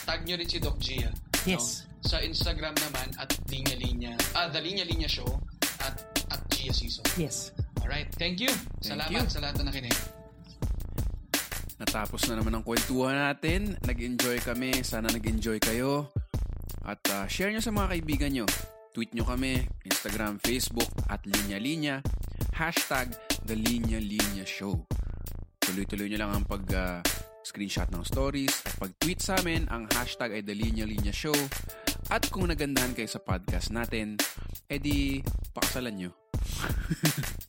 S2: tag nyo rin si Doc Gia
S3: Yes.
S2: no? sa Instagram naman at linya linya ah the linya linya show at at Gia Season
S3: Yes.
S2: alright thank you salamat
S1: you.
S2: sa lahat na nakinig
S1: Natapos na naman ang kwentuhan natin. Nag-enjoy kami. Sana nag-enjoy kayo. At ah, share nyo sa mga kaibigan nyo. Tweet nyo kami, Instagram, Facebook, at Linya Linya. Hashtag The Linya Linya Show. Tuloy-tuloy nyo lang ang pag ah, screenshot ng stories at pag-tweet sa amin ang hashtag ay The Linya Linya Show. At kung nagandahan kayo sa podcast natin, edi pakasalan nyo.